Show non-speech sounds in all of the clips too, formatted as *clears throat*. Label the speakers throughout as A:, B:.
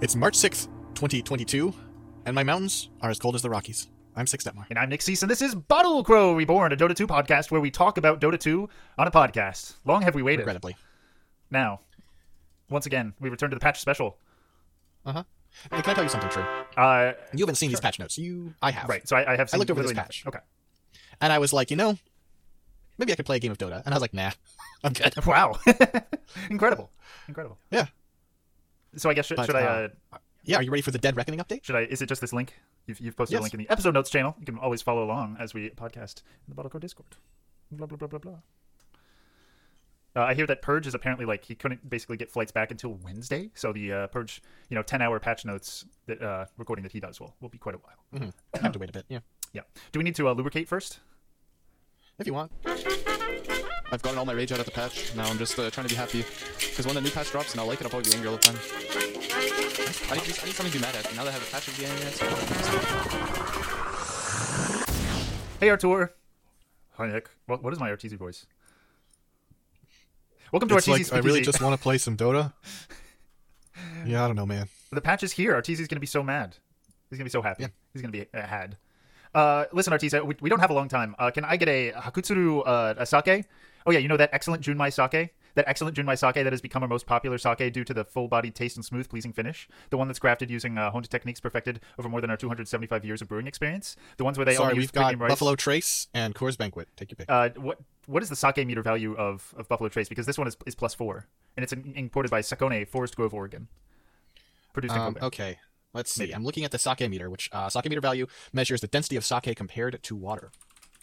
A: It's March 6th, 2022, and my mountains are as cold as the Rockies. I'm Six Detmar.
B: And I'm Nick Cease, and this is Bottle Crow Reborn, a Dota 2 podcast where we talk about Dota 2 on a podcast. Long have we waited.
A: Regrettably.
B: Now, once again, we return to the patch special.
A: Hey, can I tell you something true?
B: Uh,
A: You haven't seen these patch notes. You, I have.
B: right, so I, I have seen
A: looked over this
B: literally
A: patch.
B: nothing.
A: And I was like, you know, maybe I could play a game of Dota. And I was like, nah, *laughs* I'm good.
B: Okay. *laughs* Wow. *laughs* Incredible. Incredible.
A: Yeah.
B: So I guess should,
A: But,
B: should I
A: uh,
B: uh,
A: Yeah, are you ready for the Dead Reckoning update?
B: should I is it just this link? You've, you've posted
A: Yes.
B: a link in the episode notes channel. You can always follow along as we podcast in the Bottle Crow Discord. Blah blah blah blah blah. Uh, I hear that Purge is apparently like he couldn't basically get flights back until Wednesday, so the uh, Purge, you know, ten-hour patch notes that uh, recording that he does will will be quite a while.
A: I have to wait a bit. Yeah.
B: Yeah. Do we need to uh, lubricate first?
A: If you want.
C: I've gotten all my rage out of the patch. Now I'm just uh, trying to be happy. Because when the new patch drops and I like it, I'll probably be angry all the time. I need, I need something to be mad at. Now that I have a patch of the enemy, it's
B: Hey, Artur. Hi, Nick. What, what is my RTZ voice? Welcome to RTZ.
A: want to play some Dota. Yeah, I don't know, man.
B: the patch is here. Arteezy's going to be so mad. He's going to be so happy.
A: Yeah.
B: He's going to be uh, had. Uh, listen, Arteezy, we, we don't have a long time. Uh, can I get a Hakutsuru uh, a sake? Oh, yeah, you know that excellent Junmai sake? That excellent Junmai sake that has become our most popular sake due to the full bodied taste and smooth, pleasing finish. The one that's crafted using uh, honda techniques perfected over more than our 275 years of brewing experience. The ones where they
A: Sorry,
B: only use
A: we've got
B: premium rice.
A: Buffalo Trace and Coors Banquet. Take your pick.
B: Uh, what what is the sake meter value of, of Buffalo Trace? Because this one is, is plus four, and it's in- imported by Sakone, Forest Grove, Oregon. Produced in
A: Um,
B: Kobe.
A: okay. Let's see. I'm looking at the sake meter, which uh, sake meter value measures the density of sake compared to water.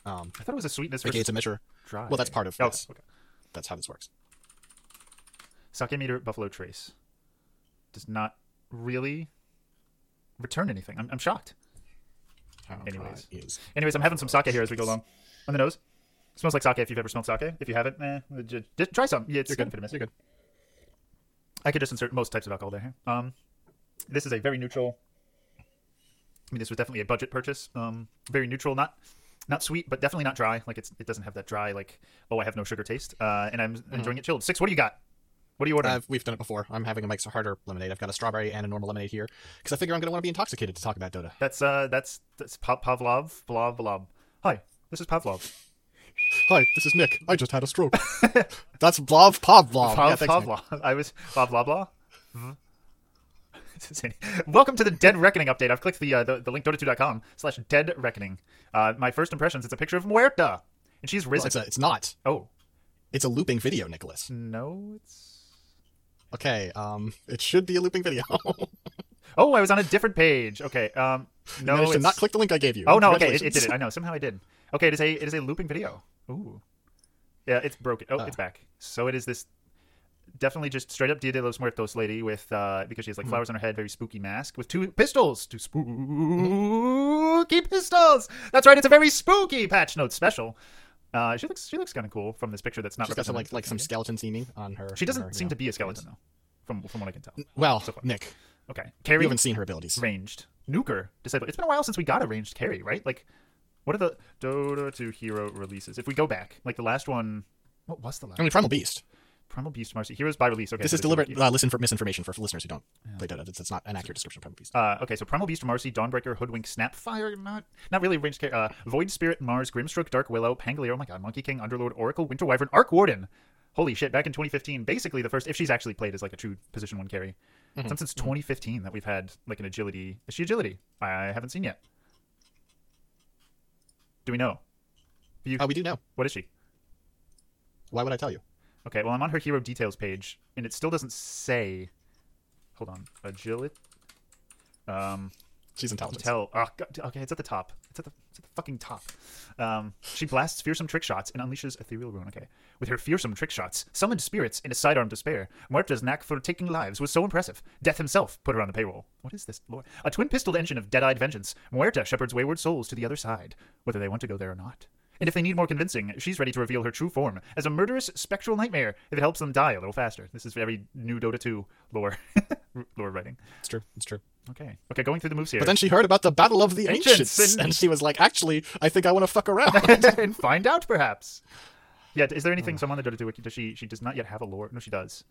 A: Um,
B: I thought it was a sweetness
A: okay,
B: versus
A: it's a measure.
B: dry.
A: Well, that's part of
B: Okay,
A: this.
B: okay.
A: That's how this works.
B: Sake meter at Buffalo Trace does not really return anything. I'm, I'm shocked.
A: How dry
B: Anyways.
A: is-
B: Anyways, I'm having some sake here as we go along. On the nose, smells like sake. If you've ever smelled sake, if you haven't, eh, ju- just try some. Yeah, it's
A: You're
B: good.
A: good.
B: for the miss.
A: You're good.
B: I could just insert most types of alcohol there. huh? Um, this is a very neutral. I mean, this was definitely a budget purchase. Um, very neutral, not not sweet, but definitely not dry. Like it's it doesn't have that dry like oh I have no sugar taste. Uh, and I'm
A: Mm-hmm.
B: enjoying it chilled. Six. What do you got? What do you order?
A: I've, we've done it before. I'm having a Mike's Harder lemonade. I've got a strawberry and a normal lemonade here because I figure I'm going to want to be intoxicated to talk about Dota.
B: That's uh, that's that's pa- Pavlov, blah blah. Hi, this is Pavlov.
A: Hi, this is Nick. I just had a stroke. *laughs* That's Blav Pavlov.
B: Pav,
A: yeah, thanks, Nick.
B: Pavlov. I was blah blah blah. It's insane. *laughs* Welcome to the Dead Reckoning update. I've clicked the uh, the, the link dota2.com slash Dead Reckoning. Uh, my first impressions. It's a picture of Muerta, and she's
A: Well,
B: risen.
A: it's, a, it's not.
B: oh
A: It's a looping video, Nicholas.
B: no, it's
A: Okay, um, it should be a looping video. *laughs*
B: oh I was on a different page. Okay, um, no,
A: Managed to
B: it's
A: not click the link I gave you.
B: Oh no, okay, it, it did
A: Congratulations.
B: it. I know. Somehow I did. Okay, it is a it is a looping video. Ooh, yeah, it's broken. Oh,
A: Ah.
B: it's back. So it is this definitely just straight up Dia de los Muertos lady with uh because she
A: Hmm.
B: has like flowers on her head, very spooky mask with two pistols, two
A: Hmm.
B: spooky pistols. That's right. It's a very spooky patch note special. Uh, she looks she looks kind of cool from this picture. That's not
A: She's got some like
B: represented.
A: like some skeleton seeming on her.
B: She
A: her,
B: doesn't
A: you
B: seem
A: know.
B: to be a skeleton though, from from what I can tell.
A: Well,
B: so far.
A: Nick,
B: Okay,
A: we
B: Carrie
A: haven't seen her abilities.
B: ranged nuker disabled. It's been a while since we got a ranged carry, right? Like, what are the Dota 2 hero releases? If we go back, like the last one, what was the last?
A: I mean, Primal Beast.
B: Primal Beast Marcy heroes by release. Okay,
A: This
B: so
A: is deliberate uh, listen for misinformation for listeners who don't play Dota. That's, that's not an accurate description of Primal Beast.
B: Uh, okay, so Primal Beast, Marcy, Dawnbreaker, Hoodwink, Snapfire, not not really ranged carry. Uh, Void Spirit, Mars, Grimstroke, Dark Willow, Pangolier, oh my god, Monkey King, Underlord, Oracle, Winter Wyvern, Arc Warden. Holy shit, back in 2015, basically the first, if she's actually played as like a true position one carry. It's not since 2015 that we've had like an agility. Is she agility? I haven't seen yet. Do we know?
A: Uh, we do know.
B: What is she?
A: Why would I tell you?
B: Okay, well, I'm on her hero details page, and it still doesn't say. Hold on, agility. Um,
A: She's intelligent.
B: tell. Oh, God, okay, it's at the top. It's at the, it's at the fucking top. Um, she blasts fearsome trick shots and unleashes ethereal rune. Okay, with her fearsome trick shots, summoned spirits in a sidearm despair. Muerta's knack for taking lives was so impressive. Death himself put her on the payroll. What is this, Lord? A twin-pistoled engine of dead-eyed vengeance. Muerta shepherds wayward souls to the other side, whether they want to go there or not. And if they need more convincing, she's ready to reveal her true form as a murderous spectral nightmare if it helps them die a little faster. This is very new Dota 2 lore *laughs* lore writing.
A: It's true. It's true.
B: Okay. Okay, going through the moves here.
A: But then she heard about the Battle of the
B: Ancients,
A: Ancients,
B: and-
A: and... she was like, "Actually, I think I want to fuck
B: *laughs*
A: around."
B: and find out perhaps. Hmm. Yeah, is there anything someone on the Dota 2 wiki does she she does not yet have a lore? No, she does.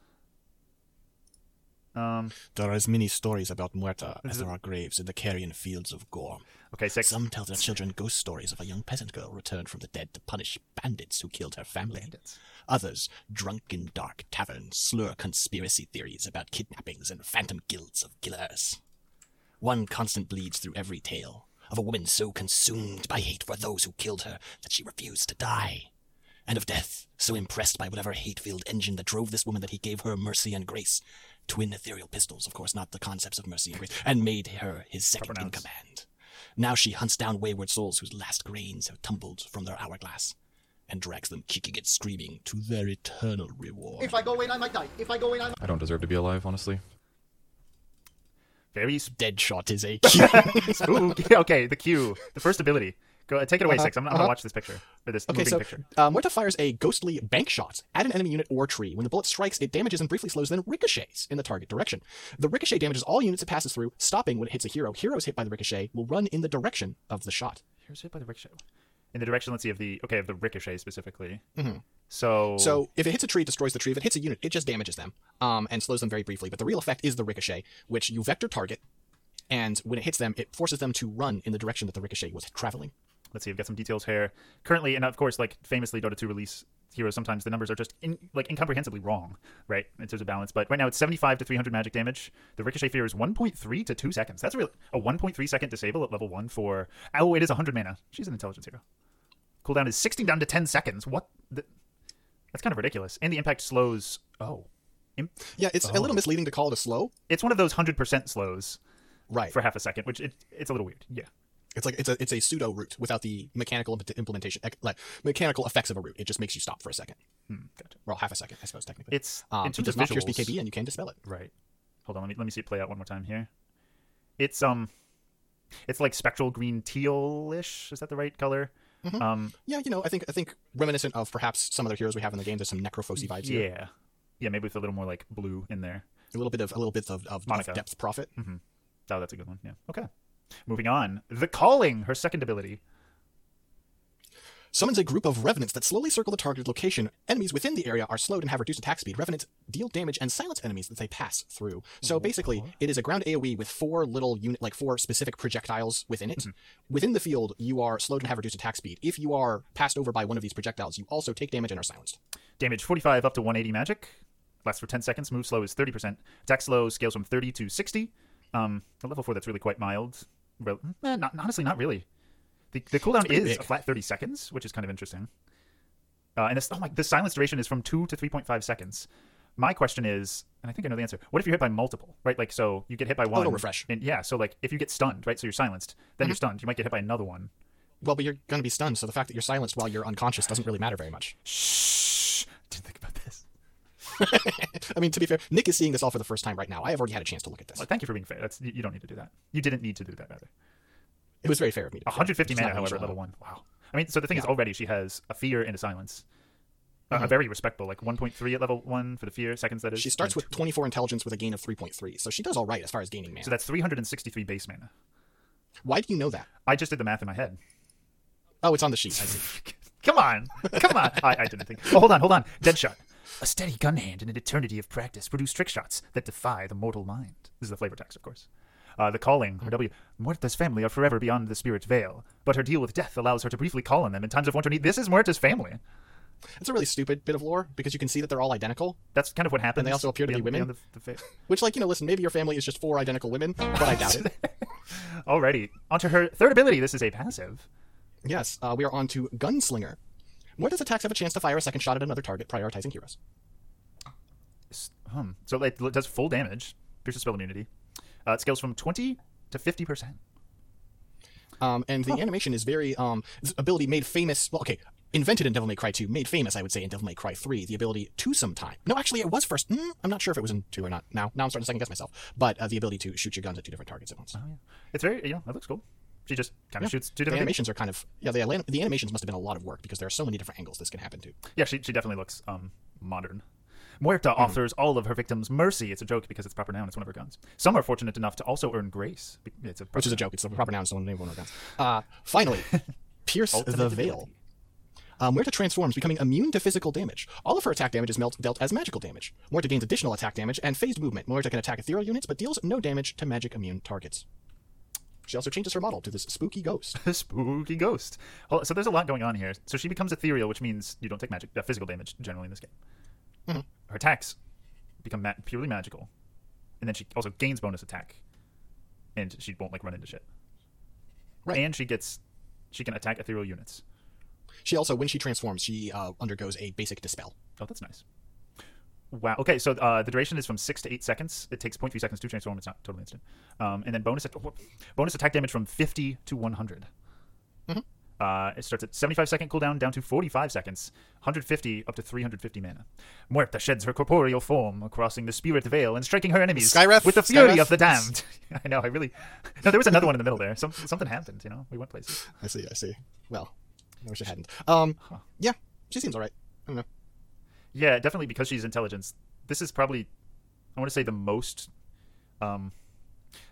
B: Um,
A: There are as many stories about Muerta as
B: Is
A: there are graves in the carrion fields of Gorm.
B: okay, six.
A: Some tell their children ghost stories of a young peasant girl returned from the dead to punish bandits who killed her family. Others, drunk in dark taverns, slur conspiracy theories about kidnappings and phantom guilds of killers. One constant bleeds through every tale of a woman so consumed by hate for those who killed her that she refused to die. And of death, so impressed by whatever hate filled engine that drove this woman that he gave her mercy and grace. Twin ethereal pistols, of course, not the concepts of mercy and grace, and made her his second in
B: Proper nouns.
A: command. Now she hunts down wayward souls whose last grains have tumbled from their hourglass and drags them kicking and screaming to their eternal reward.
D: If I go in, I might die. If I go in, I might.
C: I don't deserve to be alive, honestly.
B: Very sp-
A: Deadshot
D: *laughs*
A: is a cute.
B: spooky. *laughs* okay, the Q, the first ability. Go take it away, six. I'm, I'm gonna watch this picture or this
A: Okay,
B: moving
A: so
B: picture.
A: uh, Muerta fires a ghostly bank shot at an enemy unit or tree. When the bullet strikes, it damages and briefly slows, then ricochets in the target direction. The ricochet damages all units it passes through, stopping when it hits a hero. Heroes hit by the ricochet will run in the direction of the shot.
B: Here's it by the ricochet. In the direction, let's see of the okay of the ricochet specifically. Mm-hmm. So
A: So if it hits a tree, it destroys the tree. If it hits a unit, it just damages them um, and slows them very briefly. But the real effect is the ricochet, which you vector target, and when it hits them, it forces them to run in the direction that the ricochet was traveling.
B: let's see, I've got some details here. Currently, and of course, like famously, Dota 2 release heroes, sometimes the numbers are just in, like incomprehensibly wrong, right? In terms of balance. But right now, it's 75 to 300 magic damage. The ricochet fear is 1.3 to 2 seconds. That's really a 1.3 second disable at level one for. Oh, it is 100 mana. She's an intelligence hero. Cooldown is 60 down to 10 seconds. What? The... That's kind of ridiculous. And the impact slows. Oh, Im-
A: Yeah, it's a
B: Oh.
A: little misleading to call it a slow.
B: it's one of those 100% slows
A: Right.
B: for half a second, which it, it's a little weird. Yeah.
A: It's like it's a it's a pseudo root without the mechanical implement- implementation ec- like mechanical effects of a root. It just makes you stop for a second,
B: Hmm, gotcha.
A: well, half a second, I suppose technically.
B: It's
A: um,
B: in
A: it
B: terms
A: does
B: of
A: not pierce
B: visuals-
A: BKB, and you can dispel it.
B: Right. Hold on, let me let me see it play out one more time here. It's um it's like spectral green teal-ish, is that the right color? Um
A: Yeah, you know, I think I think reminiscent of perhaps some other heroes we have in the game. There's some necrophosy vibes here.
B: yeah. Yeah, maybe with a little more like blue in there.
A: A little bit of a little bit of, of, of
B: Monica.
A: depth profit.
B: Oh, that's a good one. Yeah. Okay. Moving on. The calling, her second ability.
A: Summons a group of revenants that slowly circle the targeted location. Enemies within the area are slowed and have reduced attack speed. Revenants deal damage and silence enemies that they pass through. So basically, it is a ground AoE with four little unit, like four specific projectiles within
B: Mm-hmm.
A: it. Within the field, you are slowed and have reduced attack speed. If you are passed over by one of these projectiles, you also take damage and are silenced.
B: Damage 45 up to 180 magic. Lasts for 10 seconds. Move slow is 30%. Attack slow scales from 30 to 60. Um, at level 4, that's really quite mild. Rel- eh, not, honestly, not really. The, the cooldown
A: pretty
B: is
A: big.
B: a flat 30 seconds, which is kind of interesting. Uh, and this, oh my, the silence duration is from 2 to 3.5 seconds. My question is, and I think I know the answer, what if you're hit by multiple, right? Like, so you get hit by one.
A: it'll refresh. Mm-hmm.
B: And yeah, so like if you get stunned, right? So you're silenced, then you're stunned. You might get hit by another one.
A: Well, but you're going to be stunned, so the fact that you're silenced while you're unconscious doesn't really matter very much. *laughs*
B: Shh! Didn't think about this.
A: I mean, to be fair, Nick is seeing this all for the first time right now. I have already had a chance to look at this.
B: Well, thank you for being fair. That's, you, you don't need to do that. You didn't need to do that, rather.
A: It was very fair of me. To be fair.
B: 150
A: It's not uh,
B: mana, however,
A: unusual.
B: level one. Wow. I mean, so the thing is, already she has a fear and a silence. Uh, A very respectable, like 1.3 at level one for the fear seconds. That is.
A: Uh-huh. She starts
B: and
A: with 24 intelligence with a gain of 3.3, so she does all right as far as gaining mana.
B: So that's 363 base mana.
A: Why do you know that?
B: I just did the math in my head.
A: Oh, it's on the sheet. I see.
B: Come on, come on. I, I didn't think. Oh, hold on, hold on. Deadshot. A steady gun hand and an eternity of practice produce trick shots that defy the mortal mind. This is the flavor text, of course. Uh, the calling, her W. Muerta's family are forever beyond the spirit veil, but her deal with death allows her to briefly call on them in times of want or need. This is Muerta's family.
A: It's a really stupid bit of lore because you can see that they're all identical.
B: That's kind of what happens.
A: they also appear to be
B: beyond-
A: women?
B: beyond the- the fa-
A: Which, like, you know, listen, maybe your family is just four identical women, but I doubt it.
B: Alrighty. Onto her third ability. This is a passive.
A: Yes, uh, we are on to Gunslinger. Where does attacks have a chance to fire a second shot at another target, prioritizing heroes?
B: S- hmm. So it does full damage. Pierces spell immunity. Uh, it scales from 20 to 50%.
A: Um, and the animation is very um, this ability made famous. Well, okay, invented in Devil May Cry 2, made famous, I would say, in Devil May Cry 3. The ability to sometime. No, actually, it was first. Mm, I'm not sure if it was in 2 or not. Now, now I'm starting to second guess myself. But uh, the ability to shoot your guns at two different targets at once.
B: Oh, yeah. It's very, you know, that looks cool. She just kind of shoots two
A: The
B: different
A: animations are kind of yeah. The, the animations must have been a lot of work because there are so many different angles this can happen to.
B: Yeah, she, she definitely looks um, modern. Muerta
A: Hmm.
B: offers all of her victims mercy. It's a joke because it's a proper noun. It's one of her guns. Some are fortunate enough to also earn grace. Be- It's a proper
A: which is a
B: noun.
A: joke. It's the proper noun. Someone named one of our guns. Uh, finally, pierce the veil. Um, Muerta transforms, becoming immune to physical damage. All of her attack damage is melt- dealt as magical damage. Muerta gains additional attack damage and phased movement. Muerta can attack ethereal units, but deals no damage to magic immune targets. She also changes her model to this spooky ghost.
B: The *laughs* spooky ghost. Hold- So there's a lot going on here. So she becomes ethereal, which means you don't take magic, uh, physical damage generally in this game.
A: Hmm.
B: Her attacks become ma- purely magical, and then she also gains bonus attack, and she won't like run into shit.
A: Right.
B: And she gets, she can attack ethereal units.
A: She also, when she transforms, she uh, undergoes a basic dispel.
B: Oh, that's nice. Wow. Okay, so uh, the duration is from six to eight seconds. It takes 0.3 seconds to transform. It's not totally instant. Um, and then bonus at- bonus attack damage from 50 to 100. Uh, it starts at 75 second cooldown down to 45 seconds, 150 up to 350 mana. Muerta sheds her corporeal form, crossing the spirit veil and striking her enemies
A: Skyref?
B: with the fury
A: Skyref?
B: of the damned. *laughs* I know. I really. No, there was another one in the middle there. Some, something happened. You know, we went places.
A: I see, I see. Well, I wish I hadn't. Um, Yeah, she seems alright. I don't know.
B: Yeah, definitely because she's intelligence. This is probably, I want to say, the most, um,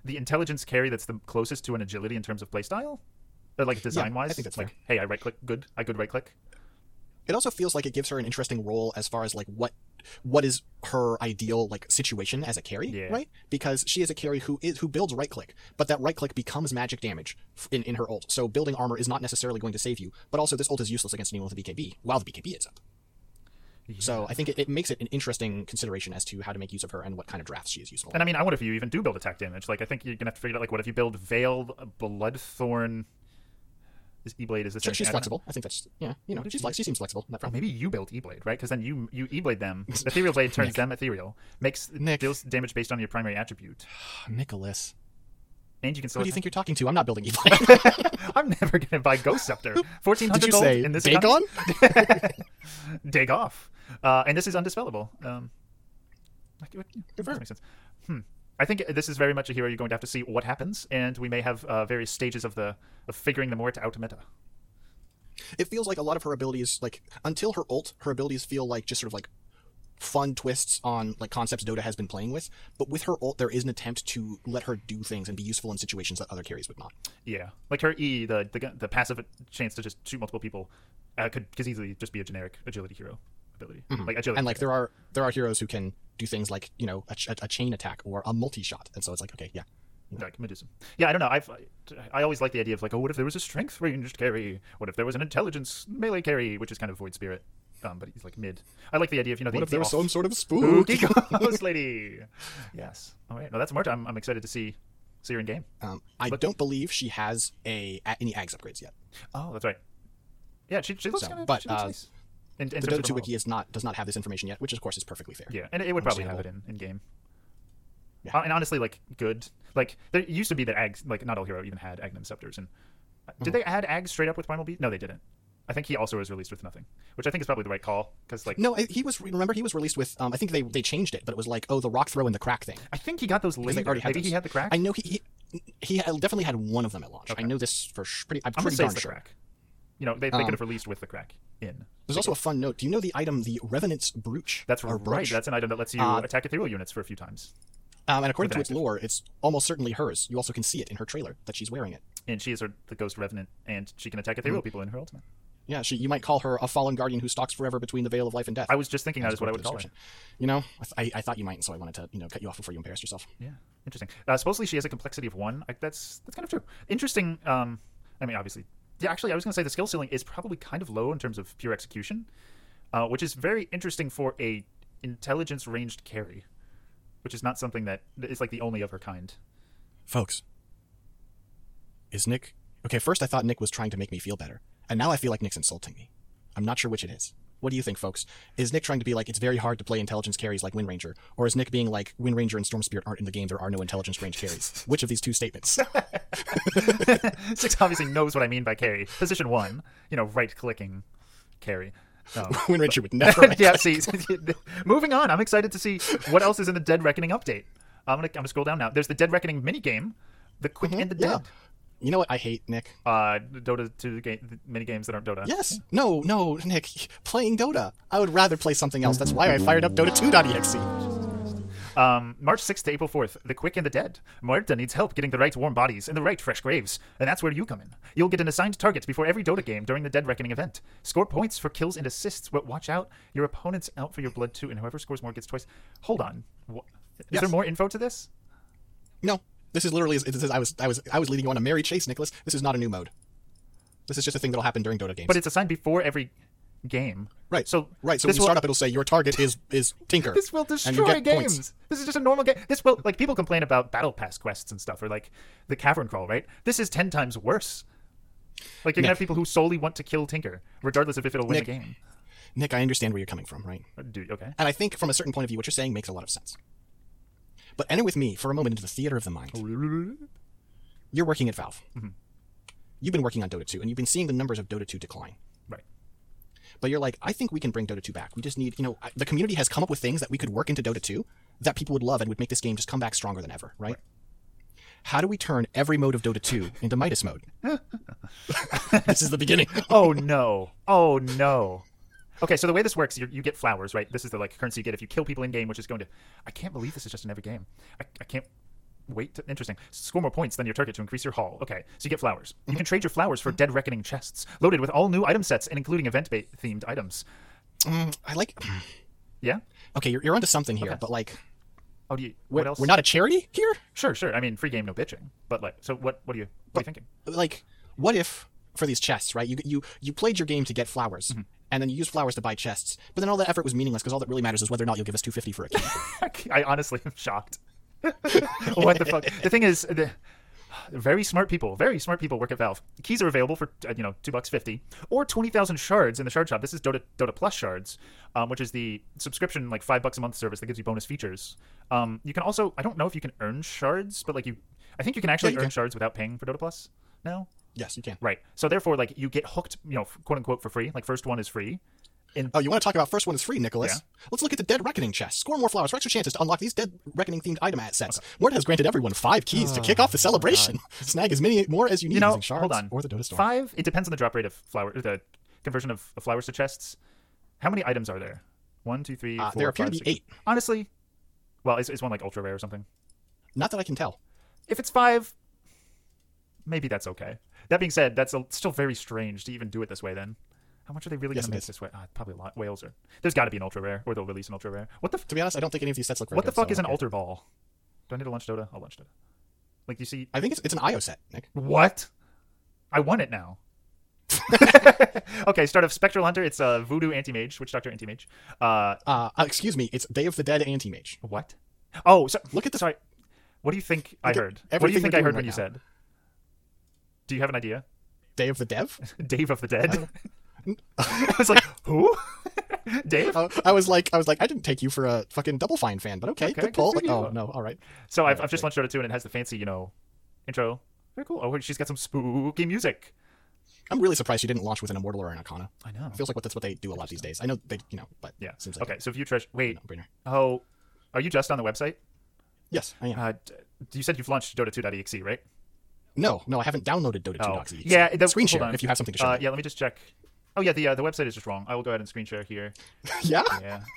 B: the intelligence carry that's the closest to an agility in terms of playstyle, or like design wise.
A: I think that's
B: like, hey, I right click, good. I good right click.
A: it also feels like it gives her an interesting role as far as like what what is her ideal like situation as a carry
B: Yeah.
A: right because she is a carry who is who builds right click but that right click becomes magic damage f- in, in her ult so building armor is not necessarily going to save you but also this ult is useless against anyone with a bkb while the bkb is up so i think it, it makes it an interesting consideration as to how to make use of her and what kind of drafts she is useful
B: And I mean, I wonder if you even do build attack damage. Like, I think you're gonna have to figure out like, what if you build Veil, Bloodthorn, is E Blade is this?
A: Sure, she's flexible i think that's yeah you know she's like she seems flexible in that front.
B: Maybe you built E Blade, right? Because then you you E Blade
A: *laughs*
B: them. Ethereal Blade turns them ethereal, makes
A: Nick.
B: deals damage based on your primary attribute,
A: nicholas
B: and you can.
A: who
B: Select
A: do you think you're talking to i'm not
B: *laughs*
A: building evil
B: I'm never gonna buy Ghost Scepter. Fourteen
A: *laughs* did
B: hundred
A: you
B: gold
A: say
B: in this
A: dagon
B: *laughs* Dig off, uh, and this is undispellable. Um, like, what- that makes sense. Hmm. I think this is very much a hero. You're going to have to see what happens, and we may have uh, various stages of the of figuring the more to out meta.
A: it feels like a lot of her abilities like until her ult her abilities feel like just sort of like fun twists on like concepts dota has been playing with but with her ult there is an attempt to let her do things and be useful in situations that other carries would not
B: Yeah, like her E, the the, gun- the passive chance to just shoot multiple people, uh, could could easily just be a generic agility hero ability, like agility.
A: Mm-hmm. and like there are there are heroes who can do things like you know a, ch- a chain attack or a multi-shot and so it's like okay yeah
B: like Medusa. Yeah, I don't know. I've I always like the idea of like, oh, what if there was a strength ranged carry? What if there was an intelligence melee carry, which is kind of void spirit, um, but he's like mid. I like the idea of you know the,
A: what if
B: the
A: there was
B: off-
A: some sort of
B: spooky *laughs*
A: spooky *laughs*
B: ghost lady. Yes. All right. No, that's Marta. I'm, I'm excited to see see her in game.
A: um, i don't believe she has a, a any ags upgrades yet
B: Oh, that's right. Yeah, she, she looks
A: So,
B: kind of.
A: but,
B: she looks
A: uh,
B: nice. In, in
A: the
B: terms
A: dota
B: of
A: 2
B: her
A: wiki is not does not have this information yet which of course is perfectly fair
B: Yeah, and it would probably have it in, in game. Uh, And honestly, like good, like there used to be that Ag, like not all hero even had Agnum scepters, and uh, did
A: Mm-hmm.
B: they add Ag straight up with Primal Beast? No, they didn't. I think he also was released with nothing, which I think is probably the right call because like
A: no I, he was remember he was released with um, i think they they changed it but it was like oh the rock throw and the crack thing
B: I think he got those
A: Because
B: later.
A: they already had
B: Maybe he
A: those.
B: had the crack.
A: I know he he, he had- definitely had one of them at launch. I know this for sh- pretty. I'm
B: am gonna
A: pretty
B: say
A: darn
B: it's the
A: sure.
B: crack. You know, they, they
A: Um,
B: could have released with the crack in.
A: There's also a fun note. Do you know the item, the Revenant's Brooch?
B: That's
A: or
B: right.
A: brooch?
B: That's an item that lets you
A: Uh,
B: attack ethereal units for a few times,
A: um, and according
B: with
A: to
B: an
A: its lore, it's almost certainly hers. You also can see it in her trailer that she's wearing it.
B: and she is her, the ghost revenant, and she can attack ethereal
A: Mm-hmm.
B: people in her ultimate.
A: Yeah, she. You might call her a fallen guardian who stalks forever between the veil of life and death.
B: I was just thinking that is what I
A: according
B: would
A: to the
B: call
A: description.
B: her.
A: You know, I, th- I, I thought you might, and so I wanted to you know cut you off before you embarrassed yourself.
B: Yeah, interesting. Uh, supposedly she has a complexity of one. I, that's that's kind of true. Interesting. Um, I mean, obviously, yeah. Actually, I was going to say the skill ceiling is probably kind of low in terms of pure execution, uh, which is very interesting for a intelligence ranged carry, which is not something that is like the only of her kind. *laughs*
A: Folks, is Nick okay? First, I thought Nick was trying to make me feel better, and now I feel like Nick's insulting me. I'm not sure which it is. What do you think, folks? Is Nick trying to be like it's very hard to play intelligence carries like Wind Ranger, or is Nick being like Wind Ranger and Storm Spirit aren't in the game? There are no intelligence range carries. which of these two statements?
B: Six obviously knows what I mean by carry. Position one, you know, right clicking carry. Um,
A: Wind Ranger would never.
B: yeah, see, *laughs* moving on. I'm excited to see what else is in the Dead Reckoning update. I'm gonna I'm gonna scroll down now. There's the Dead Reckoning minigame, the Quick and the
A: Mm-hmm, Yeah.
B: Dead.
A: You know what? I hate Nick.
B: Uh, Dota two game mini games that aren't Dota.
A: Yes. No. No, Nick. Playing Dota. I would rather play something else. That's why I fired up Dota 2.exe.
B: Um, March 6th to April 4th, The Quick and the Dead. Muerta needs help getting the right warm bodies and the right fresh graves, and that's where you come in. You'll get an assigned target before every Dota game during the Dead Reckoning event. Score points for kills and assists, but watch out. Your opponent's out for your blood too, and whoever scores more gets twice. Hold on. Wha- Is
A: Yes.
B: there more info to this?
A: No, this is literally. It says I was I was I was leading you on a merry chase, Nicholas. This is not a new mode. This is just a thing that'll happen during Dota games.
B: But it's assigned before every game.
A: right.
B: So
A: right. So when
B: this
A: you
B: will-
A: start up, it'll say your target is is Tinker.
B: *laughs* This will
A: and you
B: destroy
A: get
B: games.
A: points.
B: This is just a normal game. This will like people complain about battle pass quests and stuff, or like the cavern crawl, right? This is ten times worse. Like you're gonna
A: Nick.
B: have people who solely want to kill Tinker, regardless of if it'll win
A: Nick.
B: the game. Uh,
A: Nick, I understand where you're coming from, right? *laughs*
B: Dude, okay.
A: And I think from a certain point of view, what you're saying makes a lot of sense. But enter with me for a moment into the theater of the mind. You're working at Valve.
B: Mm-hmm.
A: You've been working on Dota 2, and you've been seeing the numbers of Dota 2 decline.
B: Right.
A: But you're like, I think we can bring Dota 2 back. We just need, you know, I- the community has come up with things that we could work into Dota 2 that people would love and would make this game just come back stronger than ever, right? How do we turn every mode of Dota 2 into Midas
B: *laughs*
A: mode? this is the beginning.
B: Oh no. Oh no. Okay, so the way this works, you you get flowers, right? This is the like currency you get if you kill people in game, which is going to. I can't believe this is just in every game. I, I can't wait. To, interesting. Score more points than your target to increase your haul. Okay, so you get flowers.
A: Mm-hmm.
B: You can trade your flowers for dead reckoning chests loaded with all new item sets and including event ba- themed items.
A: Mm, I like.
B: Yeah.
A: Okay, you're, you're onto something here, but like,
B: Oh, do you,
A: we're,
B: what else?
A: we're not a charity here?
B: Sure, sure. I mean, free game, no bitching. But like, so what? What are you? What are you thinking?
A: like what if for these chests right you you you played your game to get flowers
B: Mm-hmm.
A: and then you used flowers to buy chests but then all that effort was meaningless because all that really matters is whether or not you'll give us 250 for a
B: *laughs*
A: key
B: I honestly am shocked. *laughs* what the fuck? The thing is, the, very smart people, very smart people work at Valve. Keys are available for uh, you know two bucks fifty or twenty thousand shards in the shard shop. This is Dota Dota Plus shards, um, which is the subscription like five bucks a month service that gives you bonus features. Um, you can also I don't know if you can earn shards, but like you, I think you can actually
A: you
B: earn
A: can.
B: shards without paying for Dota Plus now.
A: yes you can
B: Right. So therefore, like you get hooked, you know, quote unquote for free. Like first one is free.
A: oh you want to talk about first one is free nicholas
B: Yeah.
A: let's look at the dead reckoning chest score more flowers for extra chances to unlock these dead reckoning themed item assets Mort has granted everyone five keys to kick off the celebration *laughs* snag as many more as you need
B: you know,
A: using shards
B: hold on.
A: or the dota store
B: Five. It depends on the drop rate of flower, the conversion of, of flowers to chests. How many items are there? One, two, three,
A: Uh,
B: four,
A: there appear to be
B: five, six-
A: eight.
B: Honestly, well, is, is one like ultra rare or something?
A: not that i can tell
B: If it's five, maybe that's okay. That being said, that's a, still very strange to even do it this way. Then, how much are they really
A: Yes,
B: going
A: it
B: to make
A: is.
B: this way? Ah, probably a lot. Whales are. There's got to be an ultra rare, or they'll release an ultra rare. What the f-
A: to be honest i don't think any of these sets look very
B: what the
A: good,
B: fuck
A: so
B: is an
A: okay.
B: altar ball? Do I need a lunch Dota? I'll lunch Dota. Like you see,
A: i think it's, it's an io set nick
B: What? I want it now. *laughs* okay, start of Spectral Hunter. It's a uh, Voodoo Anti Mage, Witch Doctor Anti Mage. Uh,
A: uh, uh, excuse me it's day of the dead anti-mage
B: what? Oh, so,
A: Look at the-
B: Sorry. What do you think I
A: Look at
B: heard? What do you
A: everything
B: think
A: we're
B: I heard
A: doing right
B: when you
A: now.
B: said? Do you have an idea?
A: day of the dev
B: Dave of the Dead. *laughs* I was like,
A: *laughs*
B: who? Dave.
A: Uh, I was like, I was like, I didn't take you for a fucking Double Fine fan, but okay,
B: Okay,
A: good
B: good
A: pull.
B: for
A: Like,
B: you.
A: oh no, all right.
B: So I've, I've just launched Dota 2 and it has the fancy, you know, intro. Very cool. Oh, she's got some spooky music.
A: I'm really surprised you didn't launch with an Immortal or an Arcana.
B: I know.
A: Feels like what that's what they do a lot these days. I know they, you know, but
B: Yeah.
A: seems like
B: Okay, so View Treasure. Wait.
A: a no-brainer.
B: Oh, are you just on the website?
A: Yes, I am.
B: Uh, d- you said you've launched Dota 2.exe, right?
A: no, no, I haven't downloaded Dota 2
B: Oh,
A: docs.
B: yeah. The,
A: screen
B: hold
A: share
B: on.
A: if you have something to show.
B: Uh,
A: me.
B: yeah, let me just check. Oh yeah, the uh, the website is just wrong. I will go ahead and screen share here.
A: yeah. *laughs*
B: *laughs*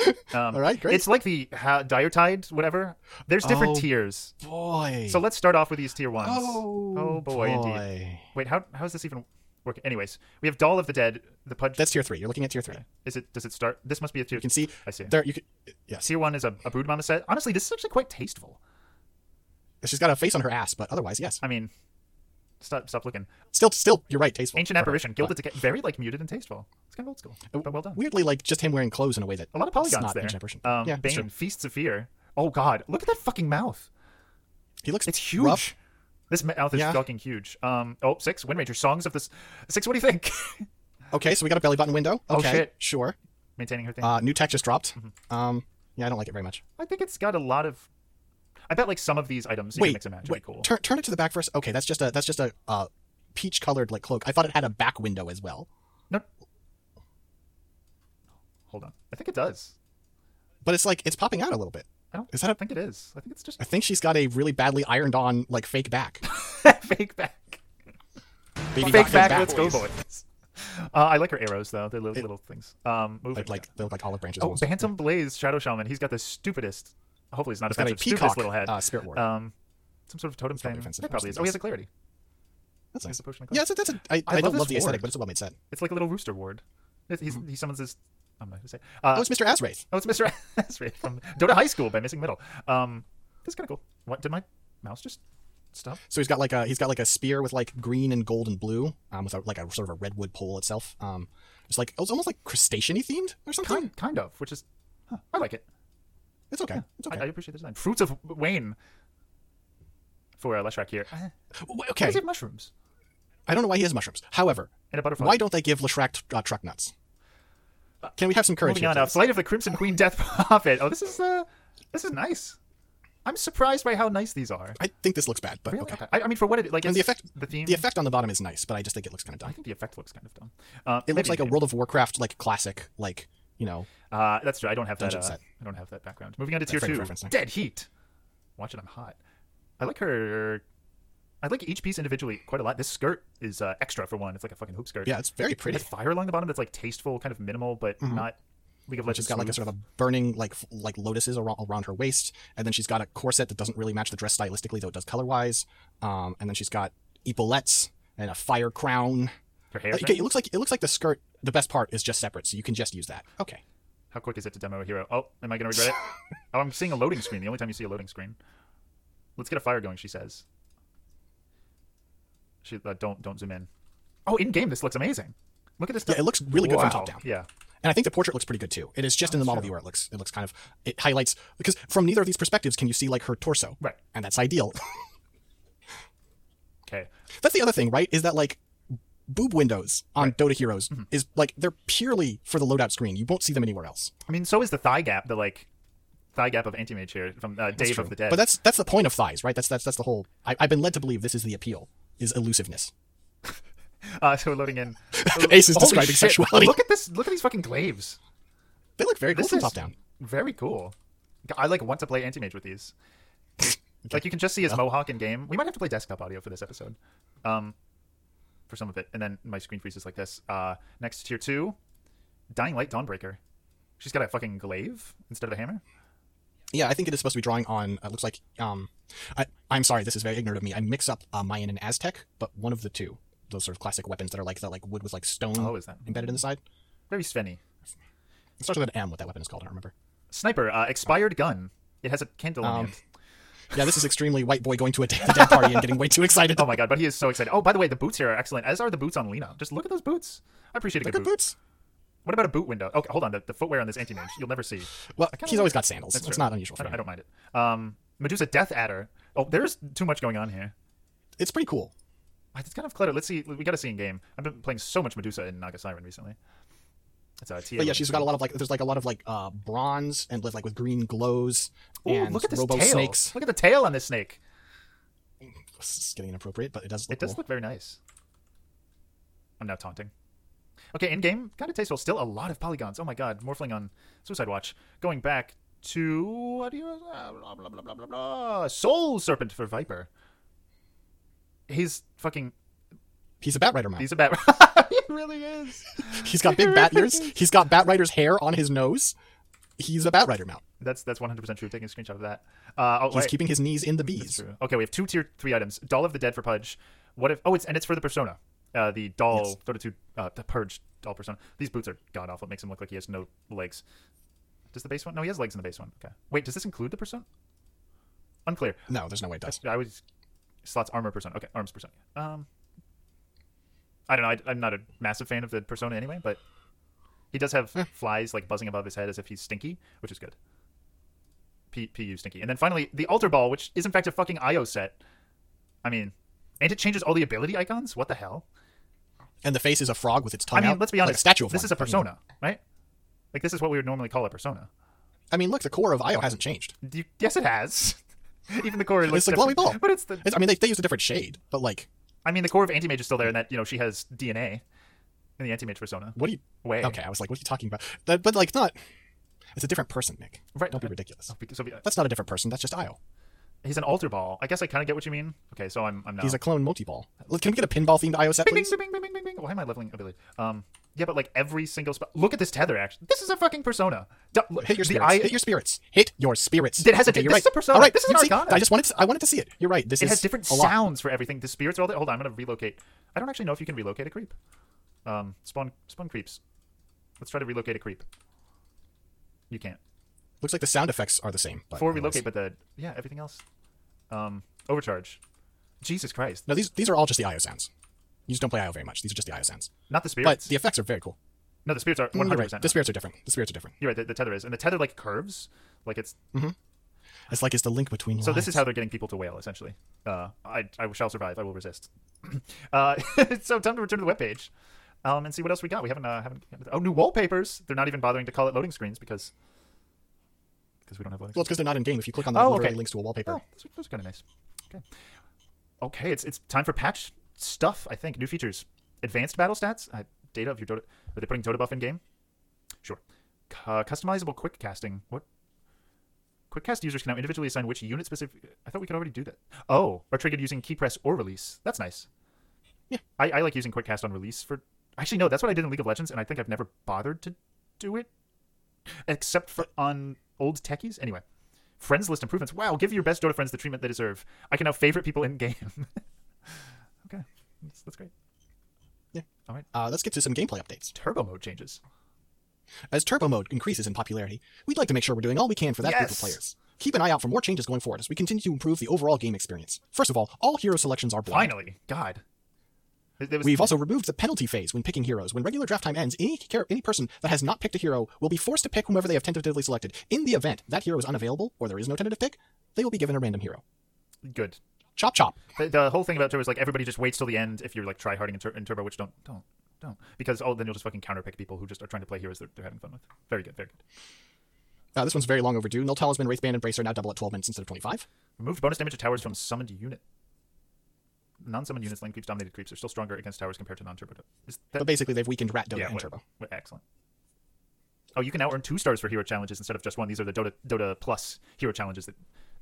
B: Yeah. Um,
A: All right, great.
B: It's like the ha- dire tide, whatever. There's different
A: Oh,
B: tiers.
A: Boy.
B: So let's start off with these tier ones.
A: oh,
B: Oh, boy, indeed.
A: boy.
B: Wait, how how is this even working? Anyways, we have Doll of the Dead. The Pudge.
A: That's tier three. You're looking at tier three.
B: is it? Does it start? This must be a tier.
A: You can see.
B: I see.
A: There, you can. Yes,
B: Tier one is a, a brood mama set. Honestly, this is actually quite tasteful.
A: she's got a face on her ass, but otherwise, yes.
B: I mean, stop stop looking.
A: Still, still, you're right. Tasteful.
B: Ancient apparition, gilded to get very like muted and tasteful. It's kind of old school,
A: Uh,
B: but well done.
A: Weirdly, like just him wearing clothes in a way that
B: A lot of
A: it's
B: polygons
A: not
B: there.
A: Ancient apparition.
B: Um,
A: yeah, that's
B: Bane,
A: true.
B: Feasts of Fear. Oh God, look at that fucking mouth.
A: He looks
B: It's huge.
A: rough.
B: This ma- mouth is
A: Yeah.
B: fucking huge. Um, oh six, Wind Ranger songs of this. Six, what do you think? *laughs*
A: Okay, so we got a belly button window.
B: Oh,
A: Okay,
B: shit.
A: sure.
B: Maintaining her thing.
A: Uh, new tech just dropped.
B: Mm-hmm.
A: Um, yeah, I don't like it very much.
B: I think it's got a lot of. I bet like some of these items you can
A: wait,
B: mix and match. would
A: wait
B: be cool.
A: turn turn it to the back first. Okay, that's just a that's just a uh, peach colored like cloak. I thought it had a back window as well,
B: no. Hold on. I think it does.
A: but it's like it's popping out a little bit.
B: I don't.
A: Is that a-
B: think it is. I think it's
A: *laughs*
B: just *laughs*
A: I think she's got a really badly ironed on like fake back.
B: fake back.
A: Baby
B: Fake
A: got
B: back. Let's go, boys. *laughs* Uh, I like her arrows though. They're little, little things. Um, moving.
A: Like, like they look like olive branches.
B: Oh,
A: almost.
B: Bantam Blaze Shadow Shaman. He's got the stupidest hopefully it's not
A: It's got a
B: offensive to
A: peacock,
B: this little head.
A: uh, spirit ward.
B: Um, some sort of totem
A: probably
B: thing.
A: offensive.
B: It probably is. Oh, he has a clarity.
A: That's
B: Here's
A: nice.
B: the potion of
A: Yeah, that's a, that's a, I,
B: I
A: I, don't
B: love this
A: love the
B: ward.
A: aesthetic, but it's well made set.
B: It's like a little rooster ward. It- He's, He summons his. I'm not going to say. Uh,
A: Mm-hmm. Oh, it's Mr. Asraith.
B: Oh, it's *laughs* Mr. Asri from Dota High School by Missing Middle. Um, it's kind of cool. What did my mouse just stop?
A: So he's got like a he's got like a spear with like green and gold and blue, um, with a, like a sort of a redwood pole itself. Um, it's like it's almost like crustacean-y themed or something.
B: Kind, kind of, which is, huh, I like it.
A: It's okay. It's
B: I,
A: okay.
B: I appreciate the design. Fruits of Wayne for uh, Leshrac here. Eh,
A: W-
B: Why
A: okay.
B: does he have mushrooms
A: I don't know why he has mushrooms. However,
B: and a butterfly?
A: why don't they give Lashrak tr- uh, truck nuts? Can we have some courage
B: Moving
A: here?
B: on now,
A: please?
B: Flight of the Crimson Queen, Death *laughs* Prophet. Oh, this is uh, this is nice. I'm surprised by how nice these are.
A: I think this looks bad, but
B: Really?
A: okay.
B: I, I mean, for what it like,
A: And the
B: it's-
A: effect,
B: the theme,
A: the effect on the bottom is nice, but I just think it looks kind of
B: I
A: dumb.
B: think the effect looks kind of dumb. Uh,
A: It looks
B: maybe
A: like a
B: did.
A: World of Warcraft like classic, like you know,
B: Uh, that's true. I don't have that.
A: Dungeon
B: Uh,
A: set.
B: I don't have that background. Moving on to tier
A: frame of
B: two,
A: reference there.
B: Dead Heat. Watch it. I'm hot. I like her. I like each piece individually quite a lot. This skirt is uh, extra for one. It's like a fucking hoop skirt.
A: yeah, it's very
B: It
A: pretty.
B: has fire along the bottom. That's like tasteful, kind of minimal, but not League of
A: She's
B: Legends.
A: got like a sort of a burning like f- like lotuses around, around her waist, and then she's got a corset that doesn't really match the dress stylistically, though it does color wise. Um, and then she's got epaulettes and a fire crown.
B: her hair.
A: Okay,
B: thing.
A: it looks like it looks like the skirt. The best part is just separate, so you can just use that. Okay,
B: How quick is it to demo a hero? Oh, am I
A: *laughs*
B: gonna regret it? oh, I'm seeing a loading screen. The only time you see a loading screen. Let's get a fire going. She says. She uh, don't don't zoom in. Oh, in game this looks amazing. Look at this.
A: Yeah, it looks really good from
B: Wow.
A: top down.
B: Yeah.
A: and I think the portrait looks pretty good too. It is just in the model viewer. It looks it looks kind of it highlights because from neither of these perspectives can you see like her torso,
B: Right.
A: and that's ideal. *laughs*
B: Okay.
A: That's the other thing, right? Is that like boob windows on Dota Heroes is like they're purely for the loadout screen. You won't see them anywhere else.
B: I mean, so is the thigh gap, the like thigh gap of anti mage here from uh, Dave
A: True.
B: of the Dead.
A: But that's that's the point of thighs, right? That's that's that's the whole. I, I've been led to believe this is the appeal is elusiveness.
B: uh, so we're loading in.
A: *laughs* Ace is
B: Holy
A: describing
B: shit.
A: sexuality.
B: Look at this! Look at these fucking glaives.
A: They look very cool
B: This
A: from
B: is
A: top down.
B: very cool. I like want to play anti mage with these. Like you can just see his mohawk in game. We might have to play desktop audio for this episode, um, for some of it. And then my screen freezes like this. Uh, next tier two, Dying Light Dawnbreaker. She's got a fucking glaive instead of a hammer.
A: Yeah, I think it is supposed to be drawing on. It looks like um, I, I'm sorry, this is very ignorant of me. I mix up uh, Mayan and Aztec, but one of the two, those sort of classic weapons that are like the like wood with like stone
B: Oh, is that-
A: embedded in the side.
B: Very Svenny.
A: It starts with an M. What that weapon is called, I don't remember.
B: Sniper, uh, expired gun. It has a candle in
A: Um,
B: it.
A: Yeah, this is extremely white boy going to a dead, dead party and getting way too excited.
B: *laughs* Oh my god, but he is so excited. Oh, by the way, the boots here are excellent, as are the boots on Lena. Just look at those boots. I appreciate a
A: They're
B: good,
A: good
B: boot.
A: boots.
B: What about a boot window? Okay, hold on. The, the footwear on this anti mage, you'll never see.
A: Well,
B: kinda
A: he's
B: like
A: always
B: that.
A: got sandals. That's
B: That's
A: it's
B: true.
A: not unusual
B: I
A: for
B: don't,
A: him.
B: I don't mind it. Um, Medusa Death Adder. Oh, there's too much going on here. Ah,
A: It's pretty cool.
B: It's kind of cluttered. Let's see. We got to see in game. I've been playing so much Medusa in Naga Siren recently. It's a TA.
A: But yeah, she's got a lot of like. There's like a lot of like uh, bronze and like with green glows
B: Ooh,
A: and
B: look at this
A: robo
B: tail.
A: snakes.
B: Look at the tail on this snake.
A: It's getting inappropriate, but it does look.
B: It does
A: cool.
B: look very nice. I'm now taunting. Okay, in game, kind of tasteful. Still a lot of polygons. Oh my god, Morphling on Suicide Watch. Going back to what do you, uh, blah, blah, blah, blah, blah, blah. Soul Serpent for Viper. He's fucking.
A: He's a bat rider mount.
B: He's a bat. *laughs* he really is.
A: *laughs* He's got big bat
B: *laughs*
A: ears. He's got bat rider's hair on his nose. He's a bat rider mount.
B: That's that's 100% true. Taking a screenshot of that. Uh, oh,
A: He's
B: wait.
A: keeping his knees in the bees.
B: True. Okay, we have two tier three items: Doll of the Dead for Pudge. What if? Oh, it's and it's for the persona, uh, the doll
A: Yes.
B: Dota two, uh, the purge doll persona. These boots are god awful. It makes him look like he has no legs. Does the base one? No, he has legs in the base one. Okay. Wait, does this include the persona? Unclear.
A: No, there's no way it does.
B: I was slots armor persona. Okay, arms persona. Um, I don't know. I, I'm not a massive fan of the persona anyway, but he does have flies like buzzing above his head as if he's stinky, which is good. P PU stinky, and then finally the altar ball, which is in fact a fucking IO set. I mean, and it changes all the ability icons. What the hell?
A: And the face is a frog with its tongue
B: I mean,
A: out,
B: let's be
A: like
B: honest.
A: a statue of
B: this
A: one.
B: is
A: I
B: a
A: mean-
B: persona, right? Like this is what we would normally call a persona.
A: I mean, look, the core of Io hasn't changed.
B: Do you- yes, it has. *laughs* Even the core looks
A: It's a glowy
B: different.
A: ball.
B: but it's the
A: It's, I mean, they, they use a different shade, but like,
B: I mean, the core of anti mage is still there, in that you know she has DNA in the anti mage persona.
A: what do you?
B: Way.
A: Okay, I was like, what are you talking about? That, but like, not. It's a different person, Nick.
B: Right.
A: Don't be ridiculous.
B: So, be-
A: That's not a different person. That's just Io.
B: He's an altar ball. I guess I kind of get what you mean. Okay, so I'm I'm now.
A: He's a clone multi-ball. Look, Can we get a pinball themed IO set,
B: bing, bing,
A: please?
B: bing, bing, bing, bing, bing. Why am I leveling ability? Um, yeah, but like every single spot. Look at this tether action. This is a fucking persona. D- look,
A: Hit your
B: the
A: spirits.
B: eye-
A: Hit your spirits. Hit your spirits.
B: It has a-
A: okay, you're
B: this
A: right.
B: is a persona.
A: All right.
B: This is an
A: you see,
B: arcana.
A: I just wanted. To, I wanted to see it. You're right. This
B: it
A: is
B: has different
A: a lot.
B: sounds for everything. The spirits are all there. Hold on, I'm gonna relocate. I don't actually know if you can relocate a creep. Um, spawn spawn creeps. Let's try to relocate a creep. You can't.
A: Looks like the sound effects are the same. But
B: Before
A: anyways.
B: relocate, but the yeah, everything else. Um, overcharge. Jesus Christ!
A: No, these these are all just the IO sounds. You just don't play IO very much. These are just the IO sounds.
B: Not the
A: But
B: spirits.
A: the effects are very cool.
B: no, the spirits are
A: Mm,
B: 100.
A: You're right.
B: percent
A: The spirits are different. The spirits are different.
B: You're right. The, the tether is, and the tether like curves, like it's.
A: It's like it's the link between.
B: So this is
A: lives.
B: how they're getting people to wail, essentially. Uh, I, I shall survive. I will resist. *clears throat* uh, *laughs* so time to return to the webpage, um, and see what else we got. We haven't, uh, haven't. Oh, new wallpapers. They're not even bothering to call it loading screens because because we don't have loading.
A: Well, it's because they're not in game. If you click on them,
B: Oh,
A: it literally
B: okay.
A: links to a wallpaper.
B: screens. Oh, those, those are kind of nice. Okay. Okay, it's it's time for patch stuff. I think new features, advanced battle stats, uh, data of your Dota. Are they putting Dota buff in game? Sure. C- uh, customizable quick casting. What? Quick cast users can now individually assign which unit specific. I thought we could already do that. Oh, or triggered using key press or release. That's nice.
A: Yeah.
B: I, I like using quick cast on release for. Actually, no, that's what I did in League of Legends, and I think I've never bothered to do it, except for on old techies. Anyway, friends list improvements. Wow, give your best Dota friends the treatment they deserve. I can now favorite people in game. *laughs* okay, that's, that's great.
A: Uh, let's get to some gameplay updates.
B: Turbo mode changes.
A: As turbo mode increases in popularity, we'd like to make sure we're doing all we can for that group of
B: Yes!
A: players. Keep an eye out for more changes going forward as we continue to improve the overall game experience. First of all, all hero selections are blind.
B: Finally, God. There- there was-
A: We've also removed the penalty phase when picking heroes. When regular draft time ends, any, char- any person that has not picked a hero will be forced to pick whomever they have tentatively selected. In the event that hero is unavailable or there is no tentative pick, they will be given a random hero.
B: good.
A: Chop chop.
B: The, the whole thing about Turbo is like everybody just waits till the end if you're like try harding in, tur- in Turbo, which don't don't don't because oh then you'll just fucking counterpick people who just are trying to play heroes they're, they're having fun with. Very good, very good.
A: Uh, this one's very long overdue. Null Talisman, Wraithband, and Brace are now double at 12 minutes instead of 25.
B: Removed bonus damage to towers from summoned unit. Non-summoned units, lane creeps, dominated creeps are still stronger against towers compared to non-turbo. do- Is that
A: But basically, they've weakened Rat, Dota,
B: yeah,
A: and
B: what-
A: Turbo.
B: what- excellent. Oh, you can now earn two stars for hero challenges instead of just one. These are the Dota Dota plus hero challenges that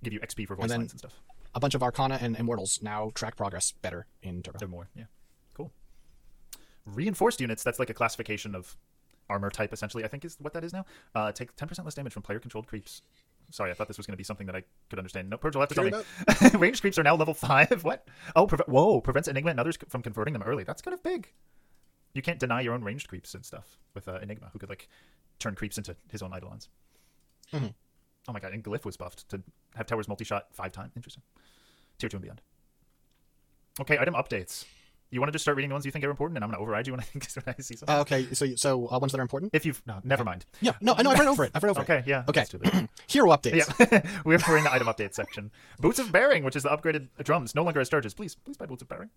B: give you XP for voice
A: then-
B: lines and stuff.
A: a bunch of Arcana and Immortals now track progress better in Turbo.
B: They're more, yeah. Cool. Reinforced units, that's like a classification of armor type, essentially, I think is what that is now. Uh, take 10% less damage from player controlled creeps. Sorry, I thought this was going to be something that I could understand. No, Purge will have to
A: Cheer
B: tell me. *laughs* Ranged creeps are now level 5. *laughs* What? Oh, preve- whoa, prevents Enigma and others c- from converting them early. That's kind of big. You can't deny your own ranged creeps and stuff with uh, Enigma, who could, like, turn creeps into his own Eidolons.
A: Mm-hmm.
B: Oh my god, and Glyph was buffed to have towers multi shot five times. Interesting. Tier 2 and beyond. Okay, item updates. You want to just start reading the ones you think are important, and I'm going to override you when I *laughs* think when I see something.
A: Uh, okay, so so uh, ones that are important.
B: if you've no, never mind.
A: Yeah, no, I know I've read over it. I've read over
B: Okay,
A: it.
B: yeah.
A: Okay.
B: that's too late.
A: *clears throat* Hero updates.
B: yeah, *laughs* we're, we're in the item update section. Boots of Bearing, which is the upgraded drums, no longer as charges. Please, please buy Boots of Bearing.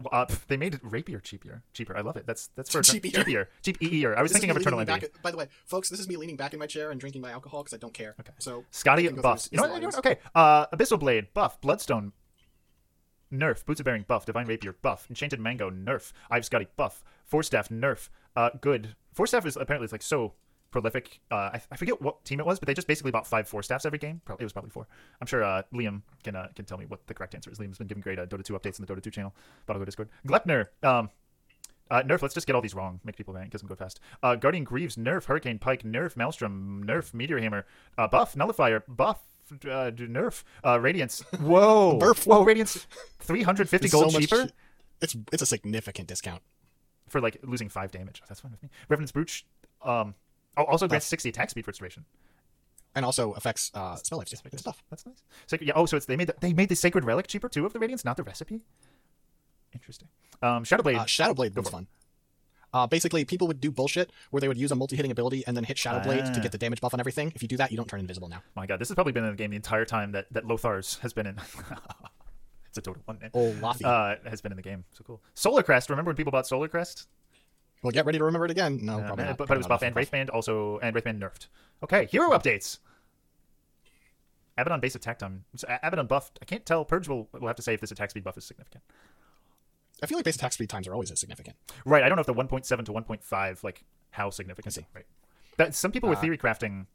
B: Well, Uh, pff, they made rapier cheaper. Cheaper. I love it. That's that's for
A: Cheapier.
B: cheapier. Cheap eer. I was
A: This is
B: thinking of
A: me
B: eternal
A: leaning
B: envy.
A: back- by the way, folks, this is me leaning back in my chair and drinking my alcohol because I don't care. Okay. So
B: Scotty
A: we can go
B: buffs.
A: through
B: You know
A: these
B: what? you know
A: lines.
B: what? Okay. Uh, Abyssal Blade buff. Bloodstone nerf. Boots of Bearing buff. Divine Rapier buff. Enchanted Mango nerf. I've Scotty buff. Four Staff nerf. Uh, good. Four Staff is apparently it's like so prolific. Uh, I, I forget what team it was, but they just basically bought five four staffs every game. Probably it was probably four. I'm sure uh, Liam can uh, can tell me what the correct answer is. Liam's been giving great uh, Dota 2 updates in the Dota 2 channel. Battleground Discord. Glepner. Um, uh, nerf, let's just get all these wrong. Make people mad because I'm going fast. Uh, Guardian Greaves, Nerf, Hurricane Pike, Nerf, Maelstrom, Nerf, Meteor Hammer, uh, Buff, Nullifier, Buff, uh, d- Nerf, uh,
A: *laughs*
B: Radiance. Whoa!
A: Nerf.
B: Whoa,
A: *laughs*
B: Radiance! 350
A: It's
B: gold
A: so much
B: cheaper
A: che- It's it's a significant discount.
B: for like losing 5 damage. That's fine with me. Revenant's Brooch, um, oh, also grants 60 attack speed for its duration.
A: And also affects uh, spell life. Good stuff.
B: That's nice. Sacred, yeah. Oh, so it's they made the, they made the sacred relic cheaper too of the radiance, not the recipe. Interesting. Um, Shadowblade.
A: Uh, Shadowblade was fun. Uh, basically, people would do bullshit where they would use a multi-hitting ability and then hit Shadowblade to
B: Ah.
A: get the damage buff on everything. If you do that, you don't turn invisible now.
B: My God, this has probably been in the game the entire time that that Lothar's has been in. *laughs* it's a total one. Man.
A: Oh, Lothi.
B: uh, has been in the game. So cool. Solar Crest. Remember when people bought Solar Crest?
A: well, get ready to remember it again. No,
B: Uh,
A: probably not.
B: but, but it was buff and Wraithband also, and Wraithband nerfed. Okay, hero updates. Abaddon base attack time. So, A- Abaddon buffed. I can't tell. Purge will, will have to say if this attack speed buff is significant.
A: I feel like base attack speed times are always as significant.
B: Right. I don't know if
A: Uh,
B: the 1.7 to 1.5, like how significant. Right. That some people were theory crafting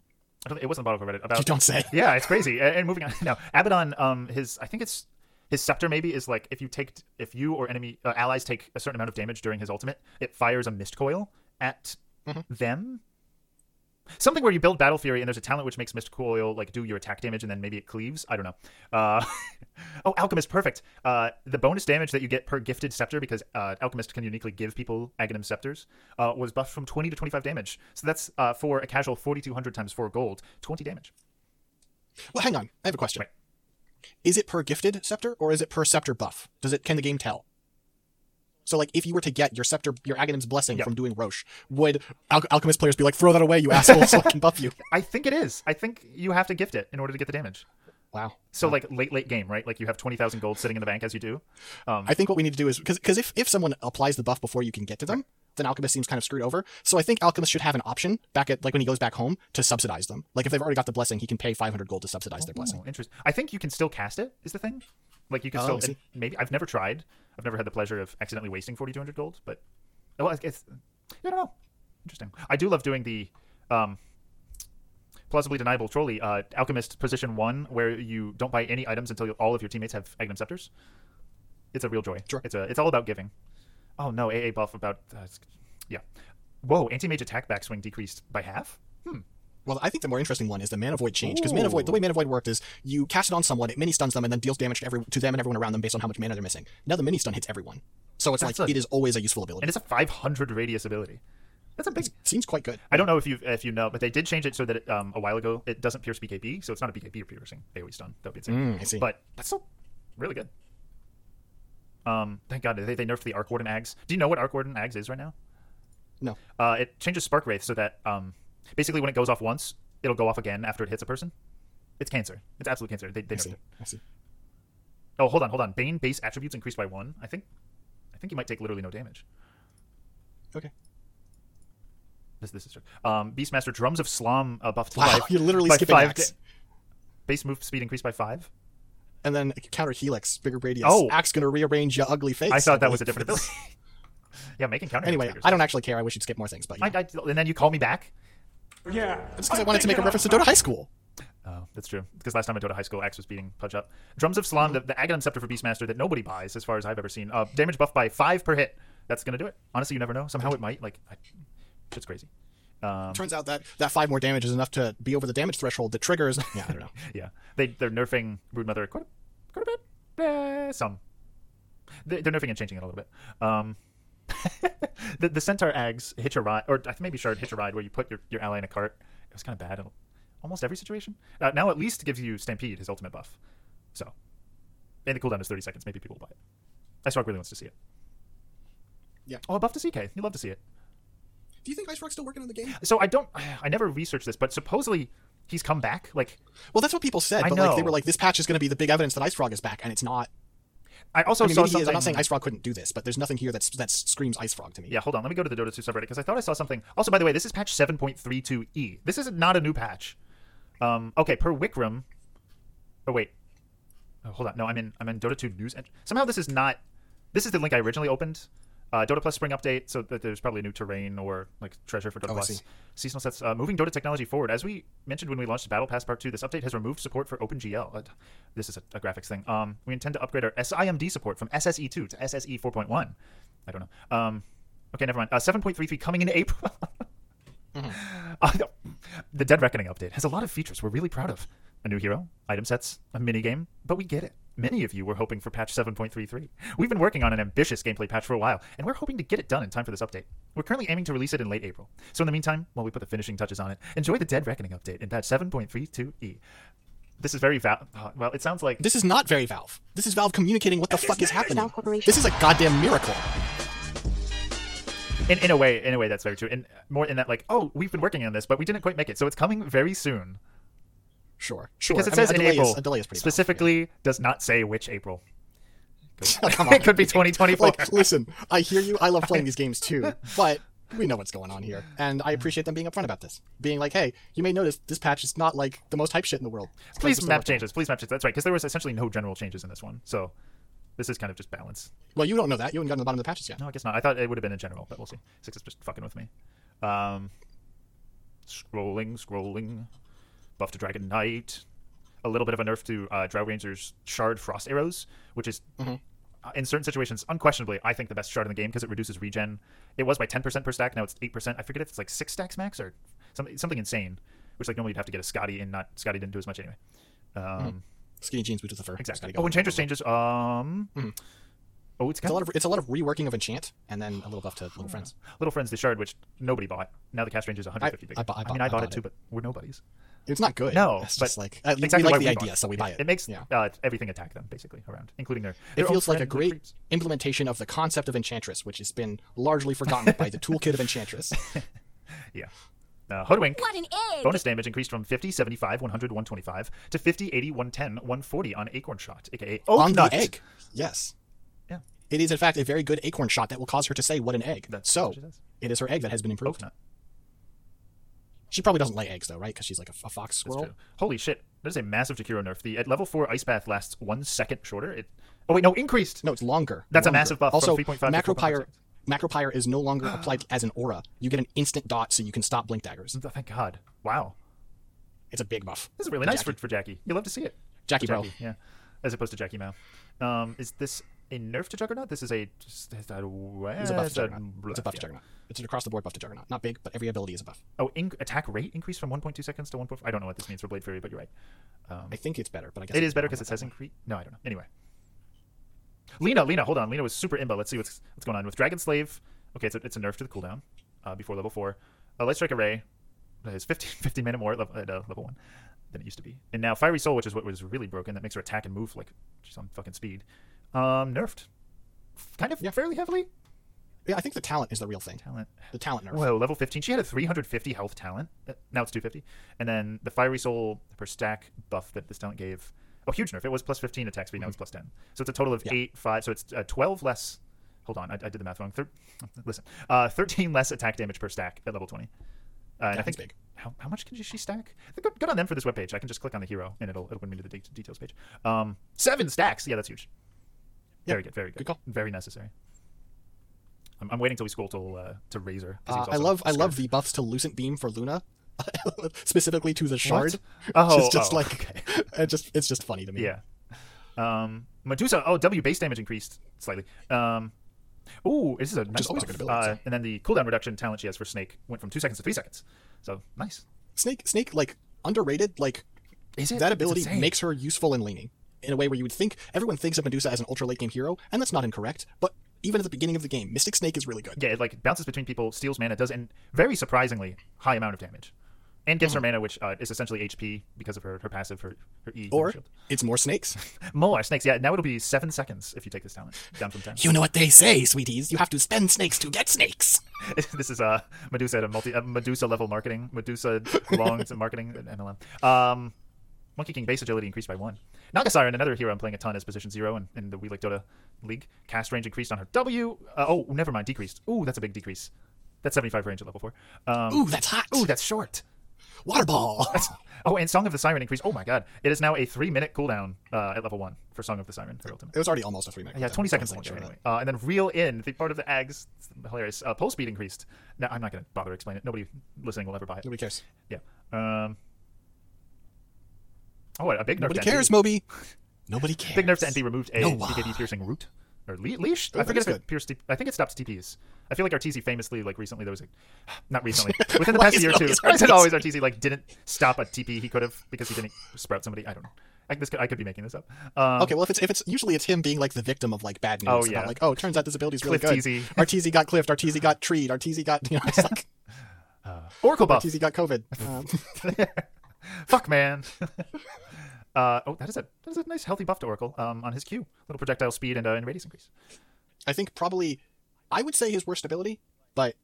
B: I don't, it wasn't a bottlecore Reddit. About
A: You *laughs* don't say.
B: *laughs* yeah, it's crazy. And, and moving on, *laughs* no, Abaddon, um, his I think it's his scepter maybe is like if you take if you or enemy uh, allies take a certain amount of damage during his ultimate, it fires a mist coil at them. Something where you build battle fury and there's a talent which makes mist coil like do your attack damage and then maybe it cleaves. I don't know. Uh, *laughs* oh, alchemist, perfect. Uh, the bonus damage that you get per gifted scepter because uh, alchemist can uniquely give people aghanim scepters uh, was buffed from 20 to 25 damage. So that's uh, for a casual 4200 times four gold, 20 damage.
A: Well, hang on. I have a question. Is it per gifted scepter or is it per scepter buff? Does it can the game tell? So like if you were to get your scepter your Aghanim's blessing
B: Yep.
A: from doing Roche, would Al- alchemist players be like throw that away you asshole so I can buff you?
B: I think it is. I think you have to gift it in order to get the damage.
A: Wow.
B: So like late late game, right? Like you have twenty thousand gold sitting in the bank as you do. Um,
A: I think what we need to do is because because if, if someone applies the buff before you can get to them, then Alchemist seems kind of screwed over. So I think Alchemist should have an option back at like when he goes back home to subsidize them. Like if they've already got the blessing, he can pay 500 gold to subsidize their blessing.
B: oh, interesting. I think you can still cast it. Is the thing? Like you can
A: Oh, I
B: still
A: see.
B: maybe. I've never tried. I've never had the pleasure of accidentally wasting forty two hundred gold. But well, it's, it's I don't know. Interesting. I do love doing the um, plausibly deniable trolley uh, alchemist position one, where you don't buy any items until you, all of your teammates have agnum scepters. It's a real joy.
A: Sure.
B: It's a, it's all about giving. Oh no, AA buff about uh, it's- yeah. Whoa, anti mage attack backswing decreased by half.
A: Well, I think the more interesting one is the Mana Void change because Mana Void, the way Mana Void worked is you cast it on someone, it mini stuns them, and then deals damage to every to them and everyone around them based on how much mana they're missing. Now the mini stun hits everyone, so it's
B: That's
A: like
B: a-
A: it is always a useful ability.
B: and it's a 500 radius ability. That's a big.
A: seems quite good.
B: I don't know if you if you know, but they did change it so that it, um, a while ago it doesn't pierce BKB, so it's not a BKB piercing. AoE's done. That would be insane.
A: Mm, I see.
B: But that's still really good. Um, thank God they, they nerfed the Arc Warden Ags. Do you know what Arc Warden Ags is right now?
A: No,
B: Uh, it changes Spark Wraith so that um, basically when it goes off once, it'll go off again after it hits a person. It's cancer. It's absolute cancer. They, they
A: I
B: nerfed
A: see.
B: it.
A: I see.
B: Oh, hold on, hold on. Bane base attributes increased by one. I think, I think you might take literally no damage.
A: Okay.
B: This, this is true. Um, Beastmaster drums of slum uh, buffed
A: Wow,
B: by
A: *laughs* you're literally
B: by
A: skipping
B: five
A: axe.
B: da- base move speed increased by five.
A: And then counter Helix, bigger radius.
B: Oh.
A: axe gonna rearrange your ugly face.
B: I thought that was a
A: believe.
B: different ability. *laughs* yeah, making counter.
A: *laughs*
B: hits
A: Anyway,
B: bigger.
A: I don't actually care. I wish you'd skip more things, but you know.
B: I, I- and then you call me back.
E: Yeah.
A: It's because I wanted to make a reference to Dota High School.
B: Oh, that's true. Because last time I Dota High School, Axe was beating Pudge up. Drums of Slum, the, the Aghanim Scepter for Beastmaster that nobody buys, as far as I've ever seen. Uh, damage buff by five per hit. That's gonna do it. Honestly, you never know. Somehow it might. Like, I, shit's crazy. Um,
A: Turns out that that five more damage is enough to be over the damage threshold that triggers. Yeah, I
B: *laughs*
A: don't know.
B: yeah, they they're nerfing Brood Mother quite a, quite a bit. Eh, some. They, they're nerfing and changing it a little bit. Um, *laughs* the the Centaur Ags hitch a ride, or I think maybe Shard hitch a ride, where you put your, your ally in a cart. It was kind of bad in almost every situation. Uh, now at least it gives you Stampede, his ultimate buff. So, and the cooldown is thirty seconds. Maybe people will buy it. Ice Rock really wants to see it.
A: Yeah.
B: Oh, a buff to CK. You love to see it
A: Do you think Ice Rock's still working on the game?
B: so I don't. I never researched this, but supposedly he's come back. Like
A: Well, that's what people said,
B: I
A: but like they
B: know.
A: were like, this patch is going to be the big evidence that Ice Frog is back, and it's not.
B: I also
A: I mean,
B: saw
A: maybe he
B: something.
A: is. I'm not saying Ice Frog couldn't do this, but there's nothing here that's, that screams Ice Frog to me.
B: yeah, hold on. Let me go to the Dota 2 subreddit because I thought I saw something. Also, by the way, this is patch 7.32e. E. This is not a new patch. Um, okay, per Wickram. Oh wait, oh, hold on. No, I'm in. I'm in Dota 2 news. Ent- Somehow this is not. This is the link I originally opened. Uh, Dota Plus Spring Update, so that there's probably new terrain or like treasure for Dota
A: Oh, I
B: Plus.
A: see.
B: Seasonal sets. Uh, moving Dota technology forward, as we mentioned when we launched Battle Pass Part Two, this update has removed support for OpenGL. Uh, this is a, a graphics thing. Um, we intend to upgrade our SIMD support from SSE2 to E SSE 4.1. I don't know. Um, okay, never mind. Uh, 7.33 coming in April. *laughs* Uh, the Dead Reckoning update has a lot of features we're really proud of. A new hero, item sets, a mini game, but we get it. Many of you were hoping for patch 7.33. We've been working on an ambitious gameplay patch for a while, and we're hoping to get it done in time for this update. We're currently aiming to release it in late April. So in the meantime, while we put the finishing touches on it, enjoy the Dead Reckoning update in patch 7.32e. E. This is very val- uh, well. It sounds like
A: This is not very Valve. This is Valve communicating what the fuck is happening. This is a goddamn miracle.
B: in, in a way, in a way that's very true. And more in that, like, oh, we've been working on this, but we didn't quite make it, so it's coming very soon.
A: Sure, sure.
B: Because it
A: I mean,
B: says
A: a
B: in
A: delay
B: April
A: Is, a delay is pretty Valve, yeah.
B: specifically does not say which April. *laughs*
A: Come on.
B: It could be 2024.
A: Like, listen, I hear you. I love
B: *laughs*
A: playing these games too, but we know what's going on here, and I appreciate them being upfront about this. Being like, "Hey, you may notice this patch is not like the most hype shit in the world." It's 'cause we're
B: Please
A: still working
B: map
A: on it.
B: changes. Please map changes. That's right, because there was essentially no general changes in this one, so this is kind of just balance.
A: Well, you don't know that. You haven't gotten to the bottom of the patches yet.
B: No, I guess not. I thought it would have been in general, but we'll see. Six is just fucking with me. Um, scrolling, scrolling. buff to Dragon Knight, a little bit of a nerf to uh, Drow Ranger's Shard Frost Arrows, which is,
A: Mm-hmm.
B: uh, in certain situations, unquestionably, I think the best shard in the game because it reduces regen. It was by 10% per stack, now it's 8%. I forget if it's like six stacks max or something, something insane, which like normally you'd have to get a Scotty, and not Scotty didn't do as much anyway. Um,
A: Mm-hmm. Skinny jeans, boot to the fur. It's
B: Exactly.
A: gotta go.
B: Oh, and Changer's changes. Um, oh, it's
A: Mm-hmm. It's
B: got
A: a lot of it's a lot of reworking of enchant, and then a little buff to little friends.
B: Little Friends the Shard, which nobody bought. Now the cast range is 150
A: I-
B: big.
A: I bought- I
B: mean,
A: bought-
B: I
A: I
B: bought, it
A: bought
B: too,
A: it.
B: but we're nobodies.
A: It's not good.
B: No,
A: it's
B: but
A: just like uh, we-
B: exactly
A: we
B: why
A: like the
B: we bought
A: idea, so we buy it.
B: It makes
A: yeah.
B: uh, everything attack them basically around, including their.
A: It
B: their
A: feels
B: own
A: like a
B: friend, the
A: great
B: creeps.
A: implementation of the concept of Enchantress, which has been largely forgotten
B: *laughs*
A: by the toolkit of Enchantress.
B: Yeah. Uh, Hoodwink.
E: What an egg! *laughs*
B: Bonus damage increased from 50, 75, 100, 125 to 50, 80, 110, 140 on Acorn Shot, aka Oak
A: on
B: Nut.
A: the egg. Yes.
B: Yeah.
A: It is, in fact, a very good acorn shot that will cause her to say, What an egg.
B: That's
A: so,
B: what she does.
A: it is her egg that has been
B: Oak
A: improved.
B: Nut.
A: She probably doesn't lay eggs, though, right? Because she's like a, a fox
B: That's
A: squirrel.
B: true. Holy shit. That is a massive Jakiro nerf. The at level four ice bath lasts one second shorter. It oh wait, no, increased.
A: No, it's longer.
B: That's a
A: Longer.
B: massive buff from
A: Also,
B: 3.5 to
A: Macropyre,
B: 4.5.
A: Macropyre is no longer
B: *gasps*
A: applied as an aura. You get an instant dot so you can stop blink daggers.
B: Oh, Thank God. Wow.
A: It's a big buff.
B: This is really nice for, for Jackie. You love to see it.
A: Jackie,
B: For
A: bro.
B: Jackie, yeah. As opposed to Jackie Mao. Um, is this a nerf to Juggernaut? This is a. Just, it's a,
A: It's a buff to
B: it's a
A: Juggernaut. It's a buff to
B: yeah.
A: Juggernaut. It's an across the board buff to Juggernaut. Not big, but every ability is a buff.
B: Oh, in- attack rate increased from 1.2 seconds to 1.4. I don't know what this means for Blade Fury, but you're right.
A: I think it's better, but I guess.
B: Um, It
A: I'm
B: is better
A: wrong
B: because
A: about
B: it says
A: that one.
B: increase. No, I don't know. Anyway. Lena, Lena, hold on. Lena was super imba. Let's see what's what's going on with Dragon Slave. Okay, it's a, it's a nerf to the cooldown uh, before level four. Uh, Light Strike Array is *laughs* 15, 15 mana more at level, at, uh, level one than it used to be. And now Fiery Soul, which is what was really broken, that makes her attack and move like she's on fucking speed. Um, nerfed. Kind of
A: Yeah.
B: fairly heavily.
A: Yeah, I think the talent is the real thing.
B: Talent.
A: The talent nerf.
B: Whoa, level 15. She had a 350 health talent. Uh, Now it's 250. And then the Fiery Soul per stack buff that this talent gave. Oh, huge nerf. It was plus 15 attack speed. Now it's plus 10. So it's a total of
A: Mhm. Yeah.
B: 8, 5. So it's uh, 12 less. Hold on. I, I did the math wrong. Thir- listen. Uh, 13 less attack damage per stack at level 20. Uh, and I
A: That's
B: think
A: big.
B: How, how much can she stack? Good, good on them for this webpage. I can just click on the hero and it'll it'll bring me to the de- details page. Um, seven stacks. Yeah, that's huge.
A: Yeah.
B: Very good. Very good.
A: Good call.
B: Very necessary. I'm, I'm waiting till we scroll till uh, to Razor. 'cause
A: Uh,
B: he's
A: I
B: also
A: love I
B: scarred.
A: love the buffs to Lucent Beam for Luna, *laughs* specifically to the shard. *laughs*
B: Oh,
A: it's just
B: oh,
A: like it just it's just funny to me.
B: Yeah. Um, Medusa. Oh, W base damage increased slightly. Um, ooh, this is a nice
A: is always a
B: buff.
A: good ability,
B: Uh, and then the cooldown reduction talent she has for Snake went from two seconds to three seconds. So nice.
A: Snake Snake like underrated like
B: Is it?
A: that
B: It's
A: ability
B: insane.
A: makes her useful in laning in a way where you would think everyone thinks of Medusa as an ultra late game hero, and that's not incorrect. But even at the beginning of the game, Mystic Snake is really good.
B: Yeah, it like bounces between people, steals mana, does and very surprisingly high amount of damage, and gives
A: Hmm.
B: her mana, which uh, is essentially HP because of her, her passive, her her E. and her
A: Or
B: shield.
A: it's more snakes.
B: Molar snakes. Yeah, now it'll be seven seconds if you take this talent down from ten.
A: *laughs* You know what they say, sweeties. You have to spend snakes to get snakes.
B: *laughs* this is uh Medusa at a multi uh, Medusa level marketing Medusa long to marketing at MLM. Um, Monkey King base agility increased by one. Nagasiren, another hero I'm playing a ton as position zero in, in the We Like Dota league. Cast range increased on her W. Uh, oh, never mind, decreased. Ooh, that's a big decrease. That's 75 range at level four. Um,
A: Ooh, that's hot.
B: ooh, that's short.
A: water *laughs* ball.
B: Oh, and Song of the Siren increased. Oh my god, it is now a three minute cooldown uh, at level one for Song of the Siren. her ultimate.
A: it was already almost a three minute.
B: Yeah,
A: cooldown.
B: 20 seconds
A: Someone
B: later.
A: showed
B: Anyway. Uh, and then reel in the part of the eggs. It's hilarious. Uh, pulse speed increased. No, I'm not going to bother to explain it. Nobody listening will ever buy
A: that.
B: it.
A: Nobody cares.
B: Yeah. Um, oh, a big nerf.
A: Nobody
B: to NP.
A: cares, Moby. *laughs* Nobody cares.
B: Big nerf to NP removed a
A: No
B: TKD
A: one.
B: piercing root or le- leash.
A: Oh,
B: I
A: that
B: forget
A: is
B: if it
A: good.
B: pierced. T- I think it stops TPs. I feel like RTC famously, like recently, there was a, *sighs*
A: *laughs*
B: not recently, *laughs* within the
A: Why
B: past
A: is
B: year
A: it
B: or two,
A: always
B: why is it
A: RTC?
B: always RTC like didn't stop a TP he could have because he didn't sprout somebody. I don't know. I, this could, I could be making this up. Um,
A: Okay, well, if it's if it's usually it's him being like the victim of like bad news.
B: Oh,
A: about,
B: yeah.
A: like oh, turns out this ability's really
B: Cliff
A: good.
B: TZ.
A: *laughs* Arteezy got cliffed. Arteezy got treed. Arteezy got
B: *laughs*
A: you know it's like
B: Oracle buff.
A: Arteezy got COVID. Um,
B: *laughs* Fuck, man. uh, oh, that is a that is a nice healthy buff to Oracle um, on his Q. Little projectile speed and, uh, and radius increase.
A: I think probably I would say his worst ability, but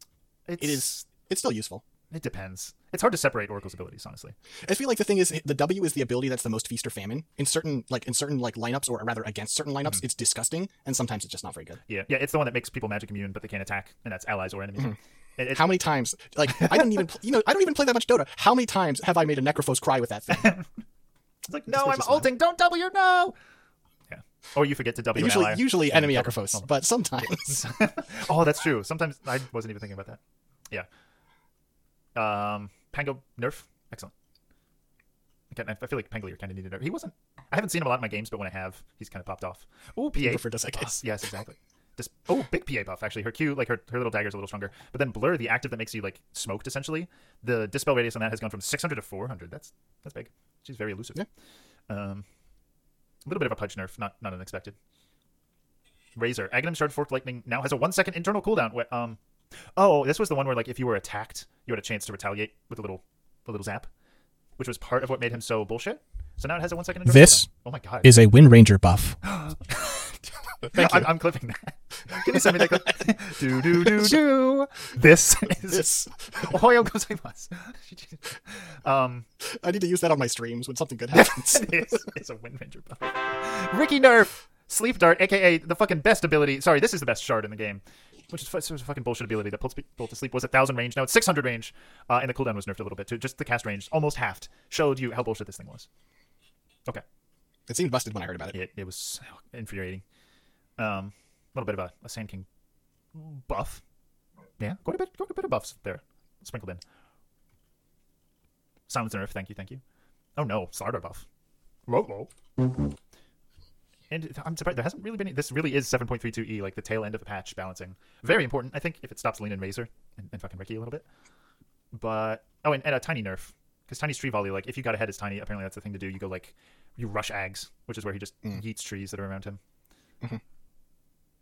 B: It's,
A: it is it's still useful.
B: It depends. It's hard to separate Oracle's abilities, honestly.
A: I feel like the thing is the W is the ability that's the most feast or famine in certain like in certain like lineups or rather against certain lineups.
B: Mm-hmm.
A: It's disgusting and sometimes it's just not very good.
B: Yeah, yeah. It's the one that makes people magic immune, but they can't attack, and that's allies or enemies. It- it's-
A: Mm-hmm. How many times like I
E: *laughs*
A: didn't even pl- you know I don't even play that much Dota. How many times have I made a Necrophos cry with that thing?
B: it's like no,
A: makes
B: I'm
A: us laugh.
B: ulting. Don't W, no. Yeah. Or you forget to W. an
A: usually
B: ally.
A: usually
B: Yeah,
A: enemy
B: double-
A: Necrophos, but sometimes
B: *laughs* oh, that's true. Sometimes I wasn't even thinking about that. Yeah. Um, Pango nerf, excellent. Again, I I feel like Pangolier kind of needed it. He wasn't. I haven't seen him a lot in my games, but when I have, he's kind of popped off. Oh, PA
A: Buffer does, I guess.
B: Yes, exactly. This, oh, big PA buff actually. Her Q, like her, her little dagger's a little stronger. But then Blur, the active that makes you like smoked essentially, the dispel radius on that has gone from 600 to 400. That's that's big. She's very elusive.
A: Yeah.
B: Um, a little bit of a pudge nerf, not not unexpected. Razor, Aghanim Shard Forked Lightning now has a one second internal cooldown. Wh- Um, oh, this was the one where like if you were attacked, you had a chance to retaliate with a little a little zap, which was part of what made him so bullshit. So now it has a one second internal
E: This
B: cooldown. Oh my god,
E: Is a Wind Ranger
A: *laughs*
E: buff.
B: *laughs* Thank
E: *laughs*
B: I'm, I'm clipping that. *laughs* Can you send me that clip? do do do do. *laughs* This is
A: This.
B: *laughs* Ohio goes Um,
A: I need to use that on my streams when something good *laughs*
B: *laughs*
A: happens.
B: it's, it's a Wind Ranger buff. Ricky Nerf, Sleep Dart, aka the fucking best ability. Sorry, this is the best shard in the game, which is fu- so it's a fucking bullshit ability that puts people to sleep. Was a thousand range, now it's six hundred range, uh, and the cooldown was nerfed a little bit too. Just the cast range almost halved. Showed you how bullshit this thing was. Okay,
A: it seemed busted when I heard about it.
B: it it was so infuriating. Um, a little bit of a, a Sand King buff. Yeah, quite a bit, quite a bit of buffs there sprinkled in. Silence and Earth, thank you, thank you. Oh no, Slardar buff. Whoa, whoa. And it- I'm surprised there hasn't really been. This really is 7.32e, E, like the tail end of the patch balancing. Very important, I think, if it stops Lean and Razor and, and fucking Ricky a little bit. But oh, and, and a tiny nerf because Tiny's tree volley. Like if you got ahead as Tiny, apparently that's the thing to do. You go like you rush Ags, which is where he just
A: Mm.
B: yeets trees that are around him.
A: Mm-hmm.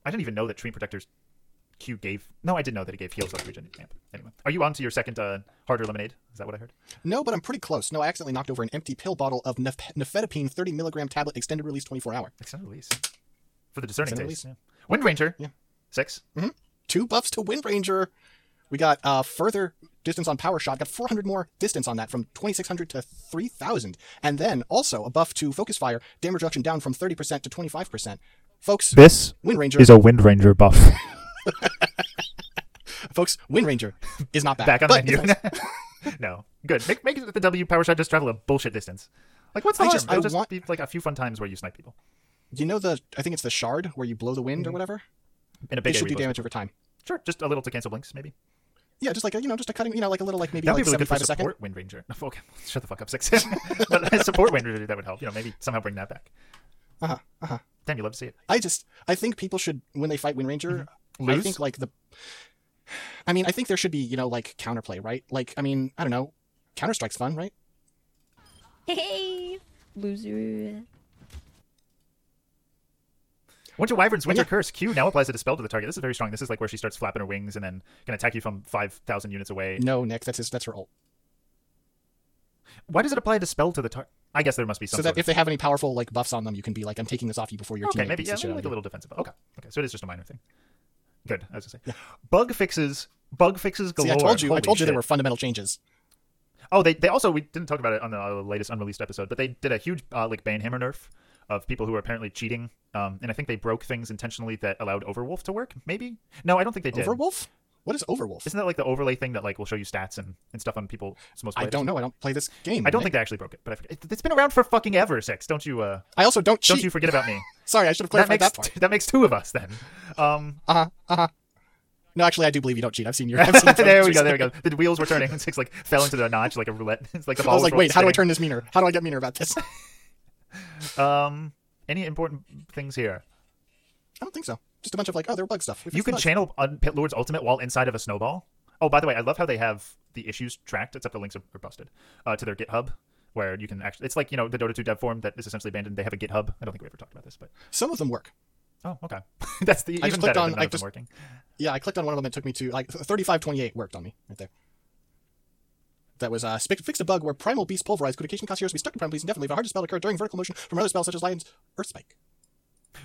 B: I didn't even know that Tree Protectors Q gave. No, I did know that it gave heals up regen camp. Anyway, are you on to your second uh, harder lemonade? Is that what I heard?
A: No, but I'm pretty close. No, I accidentally knocked over an empty pill bottle of nef- nifedipine 30 milligram tablet extended release 24 hour.
B: Extended release for the discerning
A: Extended
B: taste. yeah. Wind Ranger.
A: Yeah.
B: Six.
A: Two buffs to Wind Ranger. We got uh, further distance on Power Shot, got 400 more distance on that from 2600 to 3000. And then also a buff to Focus Fire, damage reduction down from 30% to 25%. Folks,
E: This
A: Wind Ranger,
E: is a Wind Ranger buff.
A: folks, Wind Ranger *laughs* is not back.
B: *laughs* Back
A: *laughs*
B: on
A: But
B: the
A: it's nice.
B: menu. *laughs* no, good. Make make it the W power shot just travel a bullshit distance. Like what's the
A: I
B: harm?
A: just- I
B: It'll just
A: want-
B: be like a few fun times where you snipe people
A: You know the, I think it's the shard where you blow the wind or whatever?
B: in a big
A: It should
B: AoE
A: do
B: Mm-hmm. blow.
A: damage over time.
B: Sure, just a little to cancel blinks, maybe.
A: Yeah, just like, a, you know, just a cutting, you know, like a little, like maybe
B: That would
A: like
B: be really good for
A: 75 a second.
B: support Wind Ranger. *laughs* Okay, shut the fuck up, six. *laughs* but support Wind Ranger, that would help. You know, maybe somehow bring that back.
A: Uh huh, uh huh.
B: Damn, you love to see it.
A: I just I think people should when they fight Wind Ranger, I
B: Mm-hmm. Lose?
A: think like the I mean, I think there should be, you know, like counterplay, right? Like I mean, I don't know. Counter Strike's fun, right?
F: Hey, loser.
B: Winter Wyvern's Winter
A: Yeah.
B: Curse Q now applies a dispel to the target. This is very strong. This is like where she starts flapping her wings and then can attack you from five thousand units away.
A: No, Nick, that's his that's her ult.
B: Why does it apply a dispel to the target? I guess there must be some.
A: So
B: sort
A: that if they have any powerful like buffs on them, you can be like, I'm taking this off you before your
B: okay,
A: teammate
B: maybe
A: beats
B: yeah,
A: the shit
B: maybe
A: out
B: like
A: of
B: a
A: you.
B: little defensive. Okay, okay, so it is just a minor thing. Good. I was gonna say, bug fixes, bug fixes galore.
A: See, I told you, I
B: Holy
A: told you
B: shit.
A: there were fundamental changes.
B: Oh, they they also we didn't talk about it on the uh, latest unreleased episode, but they did a huge uh, like bane hammer nerf of people who were apparently cheating. Um, and I think they broke things intentionally that allowed Overwolf to work. Maybe no, I don't think they did.
A: Overwolf? What is Overwolf?
B: Isn't that like the overlay thing that like will show you stats and, and stuff on people's most?
A: I
B: played?
A: don't know. I don't play this game.
B: I don't
A: Nick.
B: think they actually broke it, but I forget. It, it's been around for fucking ever. Six, don't you? Uh,
A: I also don't
B: don't
A: cheat.
B: you
A: *laughs*
B: forget about me?
A: Sorry, I should have
B: that
A: clarified
B: makes
A: that, part.
B: *laughs* that makes two of us then. Um,
A: Uh huh. Uh huh. No, actually, I do believe you don't cheat. I've
B: *laughs*
A: seen your. I've seen
B: there we
A: photos.
B: go. There we go. The wheels were turning. *laughs* and Six like fell into the notch like a roulette. *laughs* It's like the ball
A: I was like, wait, how do I
B: spinning.
A: turn this meaner? How do I get meaner about this? I
B: Um, any important things here?
A: don't think so. Just a bunch of like, oh, there were bug stuff. We
B: You
A: fixed the
B: can
A: bugs.
B: channel on Pit Lord's ultimate while inside of a snowball. Oh, by the way, I love how they have the issues tracked, except the links are, are busted, uh, to their GitHub, where you can actually. It's like, you know, the Dota 2 dev form that is essentially abandoned. They have a GitHub. I don't think we ever talked about this, but.
A: Some of them work.
B: Oh, okay. *laughs* That's the even
A: just clicked
B: better
A: on-
B: than
A: I
B: none of them
A: just-
B: working.
A: Yeah, I clicked on one of them. It took me to like 3528 worked on me right there. That was uh, sp- fixed a bug where Primal Beast Pulverize could occasionally cause heroes to be stuck to Primal Beast indefinitely if a hard spell occurred during vertical motion from another spell such as Lion's Earth Spike.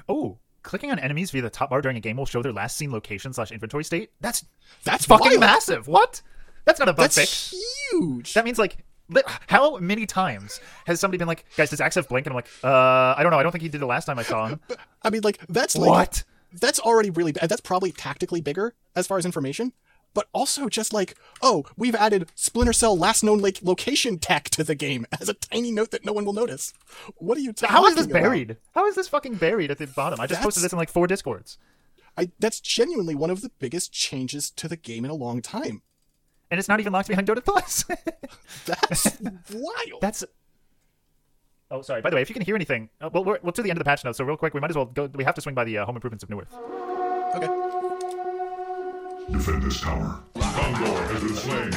B: Oh, clicking on enemies via the top bar during a game will show their last seen location slash inventory state. That's
A: That's
B: fucking
A: wild.
B: massive. What? That's not a bug
A: That's
B: fix.
A: huge.
B: That means like, li- how many times has somebody been like, guys, does Axe have blink? And I'm like, uh, I don't know. I don't think he did it last time
A: *laughs*
B: I saw him.
A: I mean, like that's like
B: what?
A: that's already really bad. That's probably tactically bigger as far as information, but also just like, oh, we've added Splinter Cell last known like location tag to the game *laughs* as a tiny note that no one will notice. What are you? T-
B: How is this buried? How is this fucking buried at the bottom? I just posted
A: That's-
B: this in like four discords,
A: I, that's genuinely one of the biggest changes to the game in a long time.
B: *laughs* and it's not even locked behind Dota Plus.
A: That's wild.
B: *laughs* That's Oh, sorry. By the way, if you can hear anything, uh, well, we're, we'll to the end of the patch notes. So real quick, we might as well go. We have to swing by the uh, home improvements of New Earth.
C: Okay.
G: Defend this tower. Condor has been slain.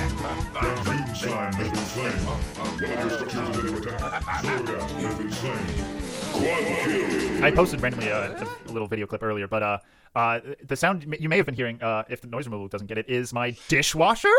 G: Green slime has been slain. One of your structures is under attack. Zorogas has been slain. Quad kill.
B: I posted randomly a, a little video clip earlier, but uh, uh, the sound you may have been hearing, uh, if the noise removal doesn't get it, is my dishwasher.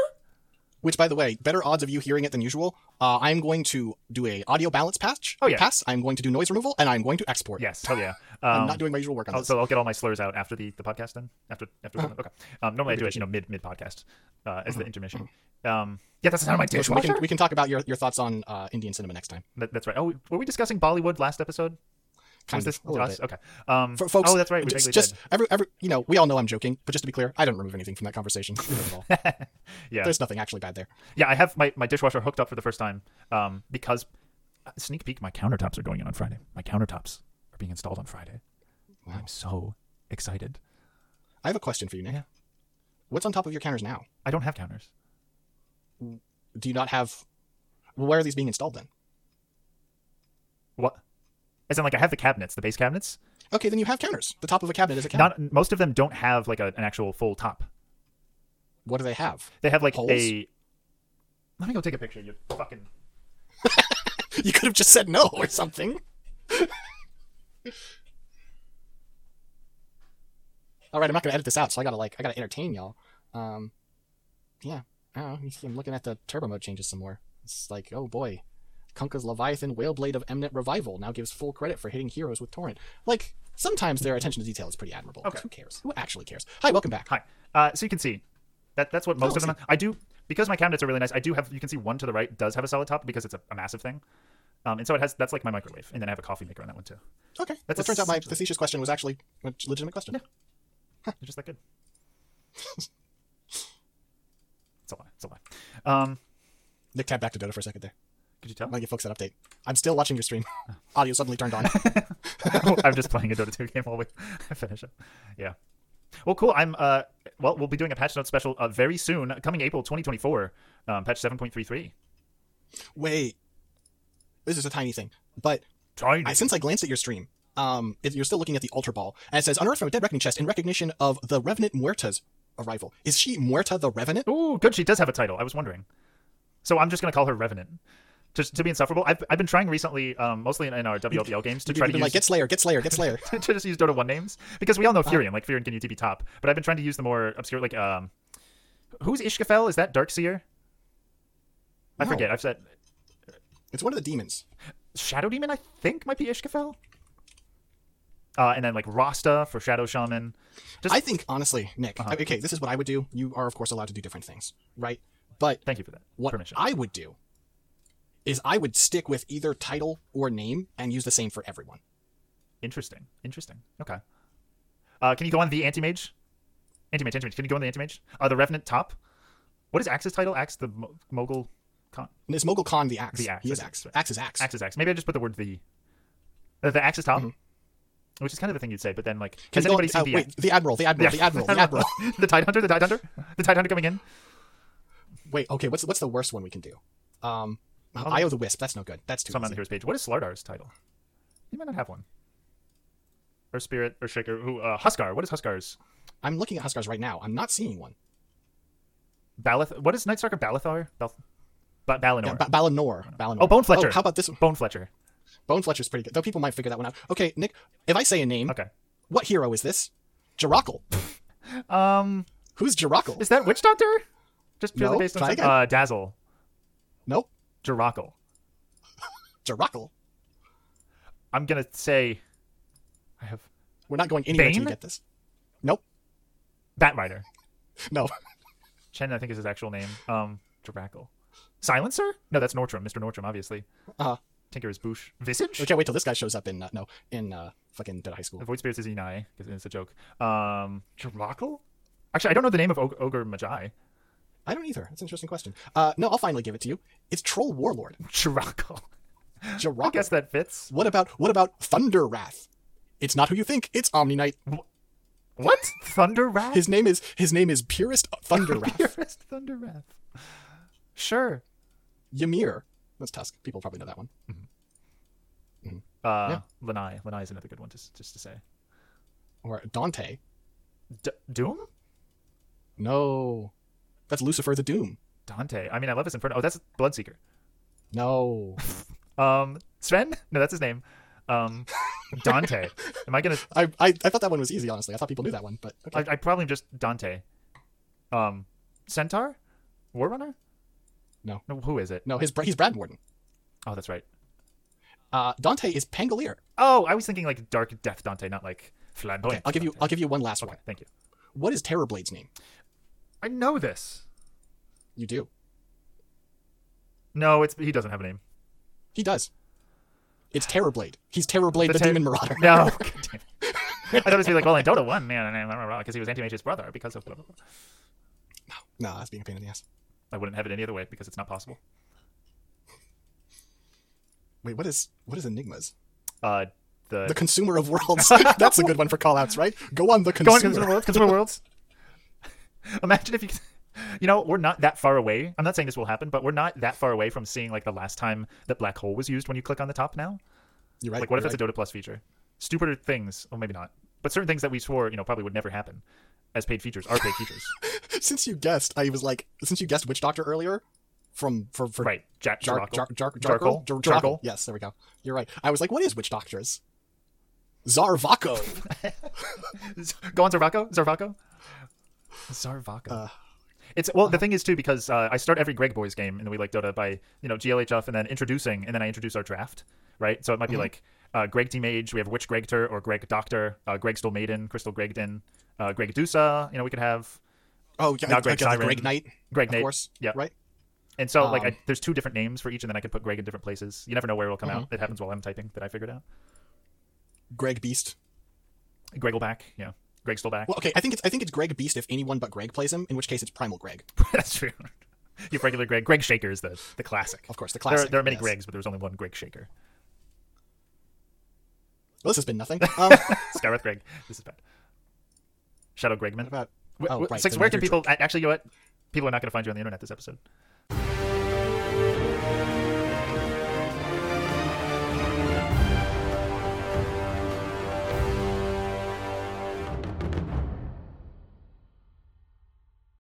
A: Which, by the way, better odds of you hearing it than usual. Uh, I'm going to do a audio balance patch.
B: Oh, yeah.
A: Pass. I'm going to do noise removal, and I'm going to export.
B: Yes, hell yeah.
A: I'm
B: Um,
A: not doing my usual work on
B: I'll-
A: this. Uh-huh.
B: so I'll get all my slurs out after the, the podcast then. After after okay. Um, normally I do it you know mid mid podcast uh, as the intermission. Um, yeah, that's the sound of my
A: Listen, Uh-huh. we
B: dishwasher.
A: can we can talk about your, your thoughts on uh, Indian cinema next time.
B: That- that's right. Oh, were we discussing Bollywood last episode?
A: Kind
B: Was
A: of,
B: this
A: a little
B: us?
A: bit.
B: Okay. Um,
A: For folks,
B: oh, that's right. We
A: Just,
B: vaguely
A: just
B: did.
A: every every you know, we all know I'm joking, but just to be clear, I didn't remove anything from that conversation. *laughs* at all.
B: *laughs* yeah.
A: There's nothing actually bad there.
B: Yeah, I have my, my dishwasher hooked up for the first time um, because uh, sneak peek, my countertops are going in on Friday. My countertops are being installed on Friday. I'm so excited.
A: I have a question for you, Nick.
B: Yeah.
A: What's on top of your counters now?
B: I don't have counters.
A: Do you not have? Well, where are these being installed then?
B: What? As in, like, I have the cabinets, the base cabinets.
A: Okay, then you have counters. The top of a cabinet is a counter.
B: Not most of them don't have like a, an actual full top.
A: What do they have? *laughs*
B: They have like
A: Holes?
B: a. Let me go take a picture. You fucking.
A: You could have just said no or something. *laughs* All right, I'm not gonna edit this out, so I gotta like I gotta entertain y'all. Um, yeah, I don't know. You see, I'm looking at the turbo mode changes some more. It's like, oh boy, Kunkka's Leviathan Whaleblade of Eminent Revival now gives full credit for hitting heroes with torrent. Like sometimes their attention to detail is pretty admirable. 'cause
B: Okay.
A: Who cares? Who actually cares? Hi, welcome back.
B: Hi. Uh, so you can see that that's what most
A: Oh,
B: of them. Are. I do because my cabinets are really nice. I do have you can see one to the right does have a solid top because it's a, a massive thing, um, and so it has that's like my microwave, and then I have a coffee maker on that one too.
A: Okay,
B: That's
A: well, it turns out my
B: essentially-
A: facetious question was actually a legitimate question.
B: It's just that good. it's a lie. It's a lie. Um,
A: Nick, tab back to Dota for a second there.
B: could you tell?
A: I'm gonna give folks an update. I'm still watching your stream. *laughs* Audio suddenly turned on.
B: *laughs* I'm just playing a Dota 2 game while we *laughs* finish it. Yeah. Well, cool. I'm uh. Well, we'll be doing a patch note special uh, very soon, coming April 2024, um, patch 7.33.
A: Wait, this is a tiny thing, but
B: Tiny.
A: I, since I glanced at your stream, um, it, you're still looking at the altar ball, and it says unearthed from a dead reckoning chest in recognition of the revenant Muerta's arrival. Is she Muerta the revenant?
B: Ooh, good. She does have a title. I was wondering. So I'm just gonna call her Revenant, just to be insufferable. I've, I've been trying recently, um, mostly in, in our WLPL games, to
A: You've
B: try
A: been
B: to use
A: like, get Slayer, get
B: *laughs*
A: Slayer, get Slayer.
B: to just use Dota One names because we all know Furion, like Furion can UTP top. But I've been trying to use the more obscure, like um, who's Ishkafel? Is that Darkseer? I
A: No.
B: forget. I've said
A: it's one of the demons.
B: Shadow Demon. I think might be Ishkafel. Uh, and then like Rasta for Shadow Shaman. Just Uh-huh.
A: I think honestly, Nick. Okay, this is what I would do. You are of course allowed to do different things, right? But
B: thank you for that
A: what
B: permission.
A: I would do is I would stick with either title or name and use the same for everyone.
B: Interesting. Interesting. Okay. Uh, can you go on the anti mage? Anti mage. Anti mage. Can you go on the anti mage? Uh, the revenant top. What is Axe's title? Axe the Mo- mogul. Con-
A: And is Mogul Khan the axe?
B: The axe,
A: He is
B: that's
A: axe.
B: right.
A: Axe is axe.
B: Axe is axe. Maybe I just put the word the. Uh, the axe is top, which is kind of the thing you'd say. But then like,
A: Mm-hmm. Can
B: has
A: you go-
B: anybody seen
A: uh,
B: the
A: wait, the admiral, the admiral, the admiral,
B: *laughs*
A: the admiral.
B: the tide hunter? The
A: *laughs*
B: tide hunter? The tide hunter coming in.
A: Wait, okay. What's what's the worst one we can do? Um, I owe the wisp. That's no good. That's too.
B: So I'm on the
A: easy.
B: heroes page. What is Slardar's title? He might not have one. Or spirit, or shaker. Who? Uh, Huskar. What is Huskar's?
A: I'm looking at Huskars right now. I'm not seeing one.
B: Balath. What is Nightstalker Balathar? Bal- ba- Balinor.
A: Yeah, ba- Balinor. Balinor.
B: Oh, Bone Fletcher.
A: how about this?
B: Bone Fletcher.
A: Bone Fletcher's pretty good. Though people might figure that one out. Okay, Nick. If I say a name,
B: Okay.
A: what hero is this? Jiracle.
B: Um,
A: Who's Jiracle?
B: is that Witch Doctor? Just purely
A: No,
B: based
A: try
B: on
A: again.
B: uh, Dazzle,
A: Nope.
B: Jiracle.
A: Jiracle.
B: I'm gonna say, I have
A: We're not going anywhere until you
B: Bane?
A: get this. Nope.
B: Batrider.
A: No.
B: Chen, I think is his actual name. Um, Jiracle. Silencer? No, that's Nortram. Mr. Nortram, obviously.
A: Uh-huh.
B: Tinker is Boosh. Visage?
A: I can't wait till this guy shows up in uh, no in uh, fucking Dead High School.
B: The Void Spirits is Inai, because it's a joke. Um, Jiracle? Actually, I don't know the name of Og- Ogre Magi.
A: I don't either. That's an interesting question. Uh, no, I'll finally give it to you. It's Troll Warlord.
B: *laughs* Jiracle. I
A: Jiracle.
B: guess that fits.
A: What about what about Thunder Wrath? It's not who you think. It's Omni Knight.
B: What? Thunder Rat? *laughs*
A: His name is his name is Purest Thunder Wrath.
B: Purest Thunder Wrath. Sure.
A: Ymir. That's Tusk. People probably know that one.
B: Uh, Lanai. Lanai is another good one, just, just to say.
A: Or Dante.
B: D- Doom?
A: No. That's Lucifer the Doom.
B: Dante. I mean, I love his Inferno. Oh, that's Bloodseeker.
A: No.
B: Um, Sven? *laughs* No, that's his name.
A: *laughs*
B: Um, Dante. Am I gonna?
A: I, I, I thought that one was easy, honestly. I thought people knew that one, but okay.
B: I, I probably just Dante. Um, Centaur, War Runner.
A: No.
B: No, who is it?
A: no, his bra- he's Brad Warden.
B: Oh, that's right.
A: Uh, Dante is Pangolier.
B: Oh, I was thinking like Dark Death Dante, not like
A: Okay,
B: flamboyant.
A: I'll give you
B: Dante.
A: I'll give you one last one.
B: Okay, thank you.
A: What is Terrorblade's name?
B: I know this.
A: You do.
B: No, it's he doesn't have a
A: *laughs*
B: name.
A: He does. It's Terrorblade. He's Terrorblade the,
B: The Ter-
A: Demon Marauder.
B: No. *laughs* God damn it. I thought it'd be like, well, in Dota one, man, because he was Antimage's brother, because of. Blah, blah, blah.
A: No, that's being a pain in the ass.
B: I wouldn't have it any other way because it's not possible.
A: Wait, what is what is Enigmas?
B: Uh, the,
A: The Consumer of Worlds. *laughs* that's a good one for callouts, right? Go on the Consumer.
B: Go on, *laughs* Consumer Worlds. Consumer Worlds. *laughs* Imagine if you, *laughs* you know, we're not that far away. I'm not saying this will happen, but we're not that far away from seeing like the last time that black hole was used when you click on the top. Now,
A: You're right.
B: like, what if
A: you're
B: that's a Dota Plus feature? Stupider things. Oh, maybe not. But certain things that we swore, you know, probably would never happen as paid features are paid features.
A: *laughs* right. Since you guessed, I was like, since you guessed Witch Doctor earlier, from for, for
B: right. Jack
A: Jar-
B: Jarkle.
A: Jar- Jar-
B: Jarkle.
A: Jarkle? Jar- Jarkle.
B: Jarkle.
A: Yes, there we go. You're right. I was like, what is Witch Doctors?
B: *laughs*
A: Zarvako.
B: Go on, Zarvako. Zarvako. Zarvako.
A: Uh,
B: it's well, the thing is too because uh, I start every Greg Boys game in the We Like Dota by you know GLHF and then introducing and then I introduce our draft, right? So it might be like uh, Greg Team Age, we have Witch Gregter or Greg Doctor, uh, Greg Stole Maiden, Crystal Gregden, uh, Greg Dusa. You know we could have
A: Oh, yeah,
B: Not
A: I- I
B: Greg
A: got the
B: Siren.
A: Greg Knight.
B: Greg
A: of
B: Nate.
A: course.
B: Yeah.
A: Right.
B: And so like
A: Um,
B: I, there's two different names for each and then I can put Greg in different places. You never know where it'll come out. It happens while I'm typing that I figured out.
A: Greg Beast.
B: Gregleback, yeah. Greg Stole Back.
A: Well, okay. I think it's I think it's Greg Beast if anyone but Greg plays him, in which case it's Primal Greg.
B: *laughs* That's true. *laughs* You have regular Greg. Greg Shaker is the, the classic.
A: Of course, the
B: There are,
A: classic,
B: there are many
A: yes.
B: Gregs, but there's only one Greg Shaker.
A: Well, this has been
B: *laughs*
A: nothing. Um, what
B: Skyrath Greg. This is bad. Shadow Gregman.
A: about
B: Wh-
A: oh,
B: wh-
A: right,
B: Six,
A: the
B: where can
A: Wonder
B: people. Actually, you know what? People are not going to find you on the internet this episode.
A: Drake.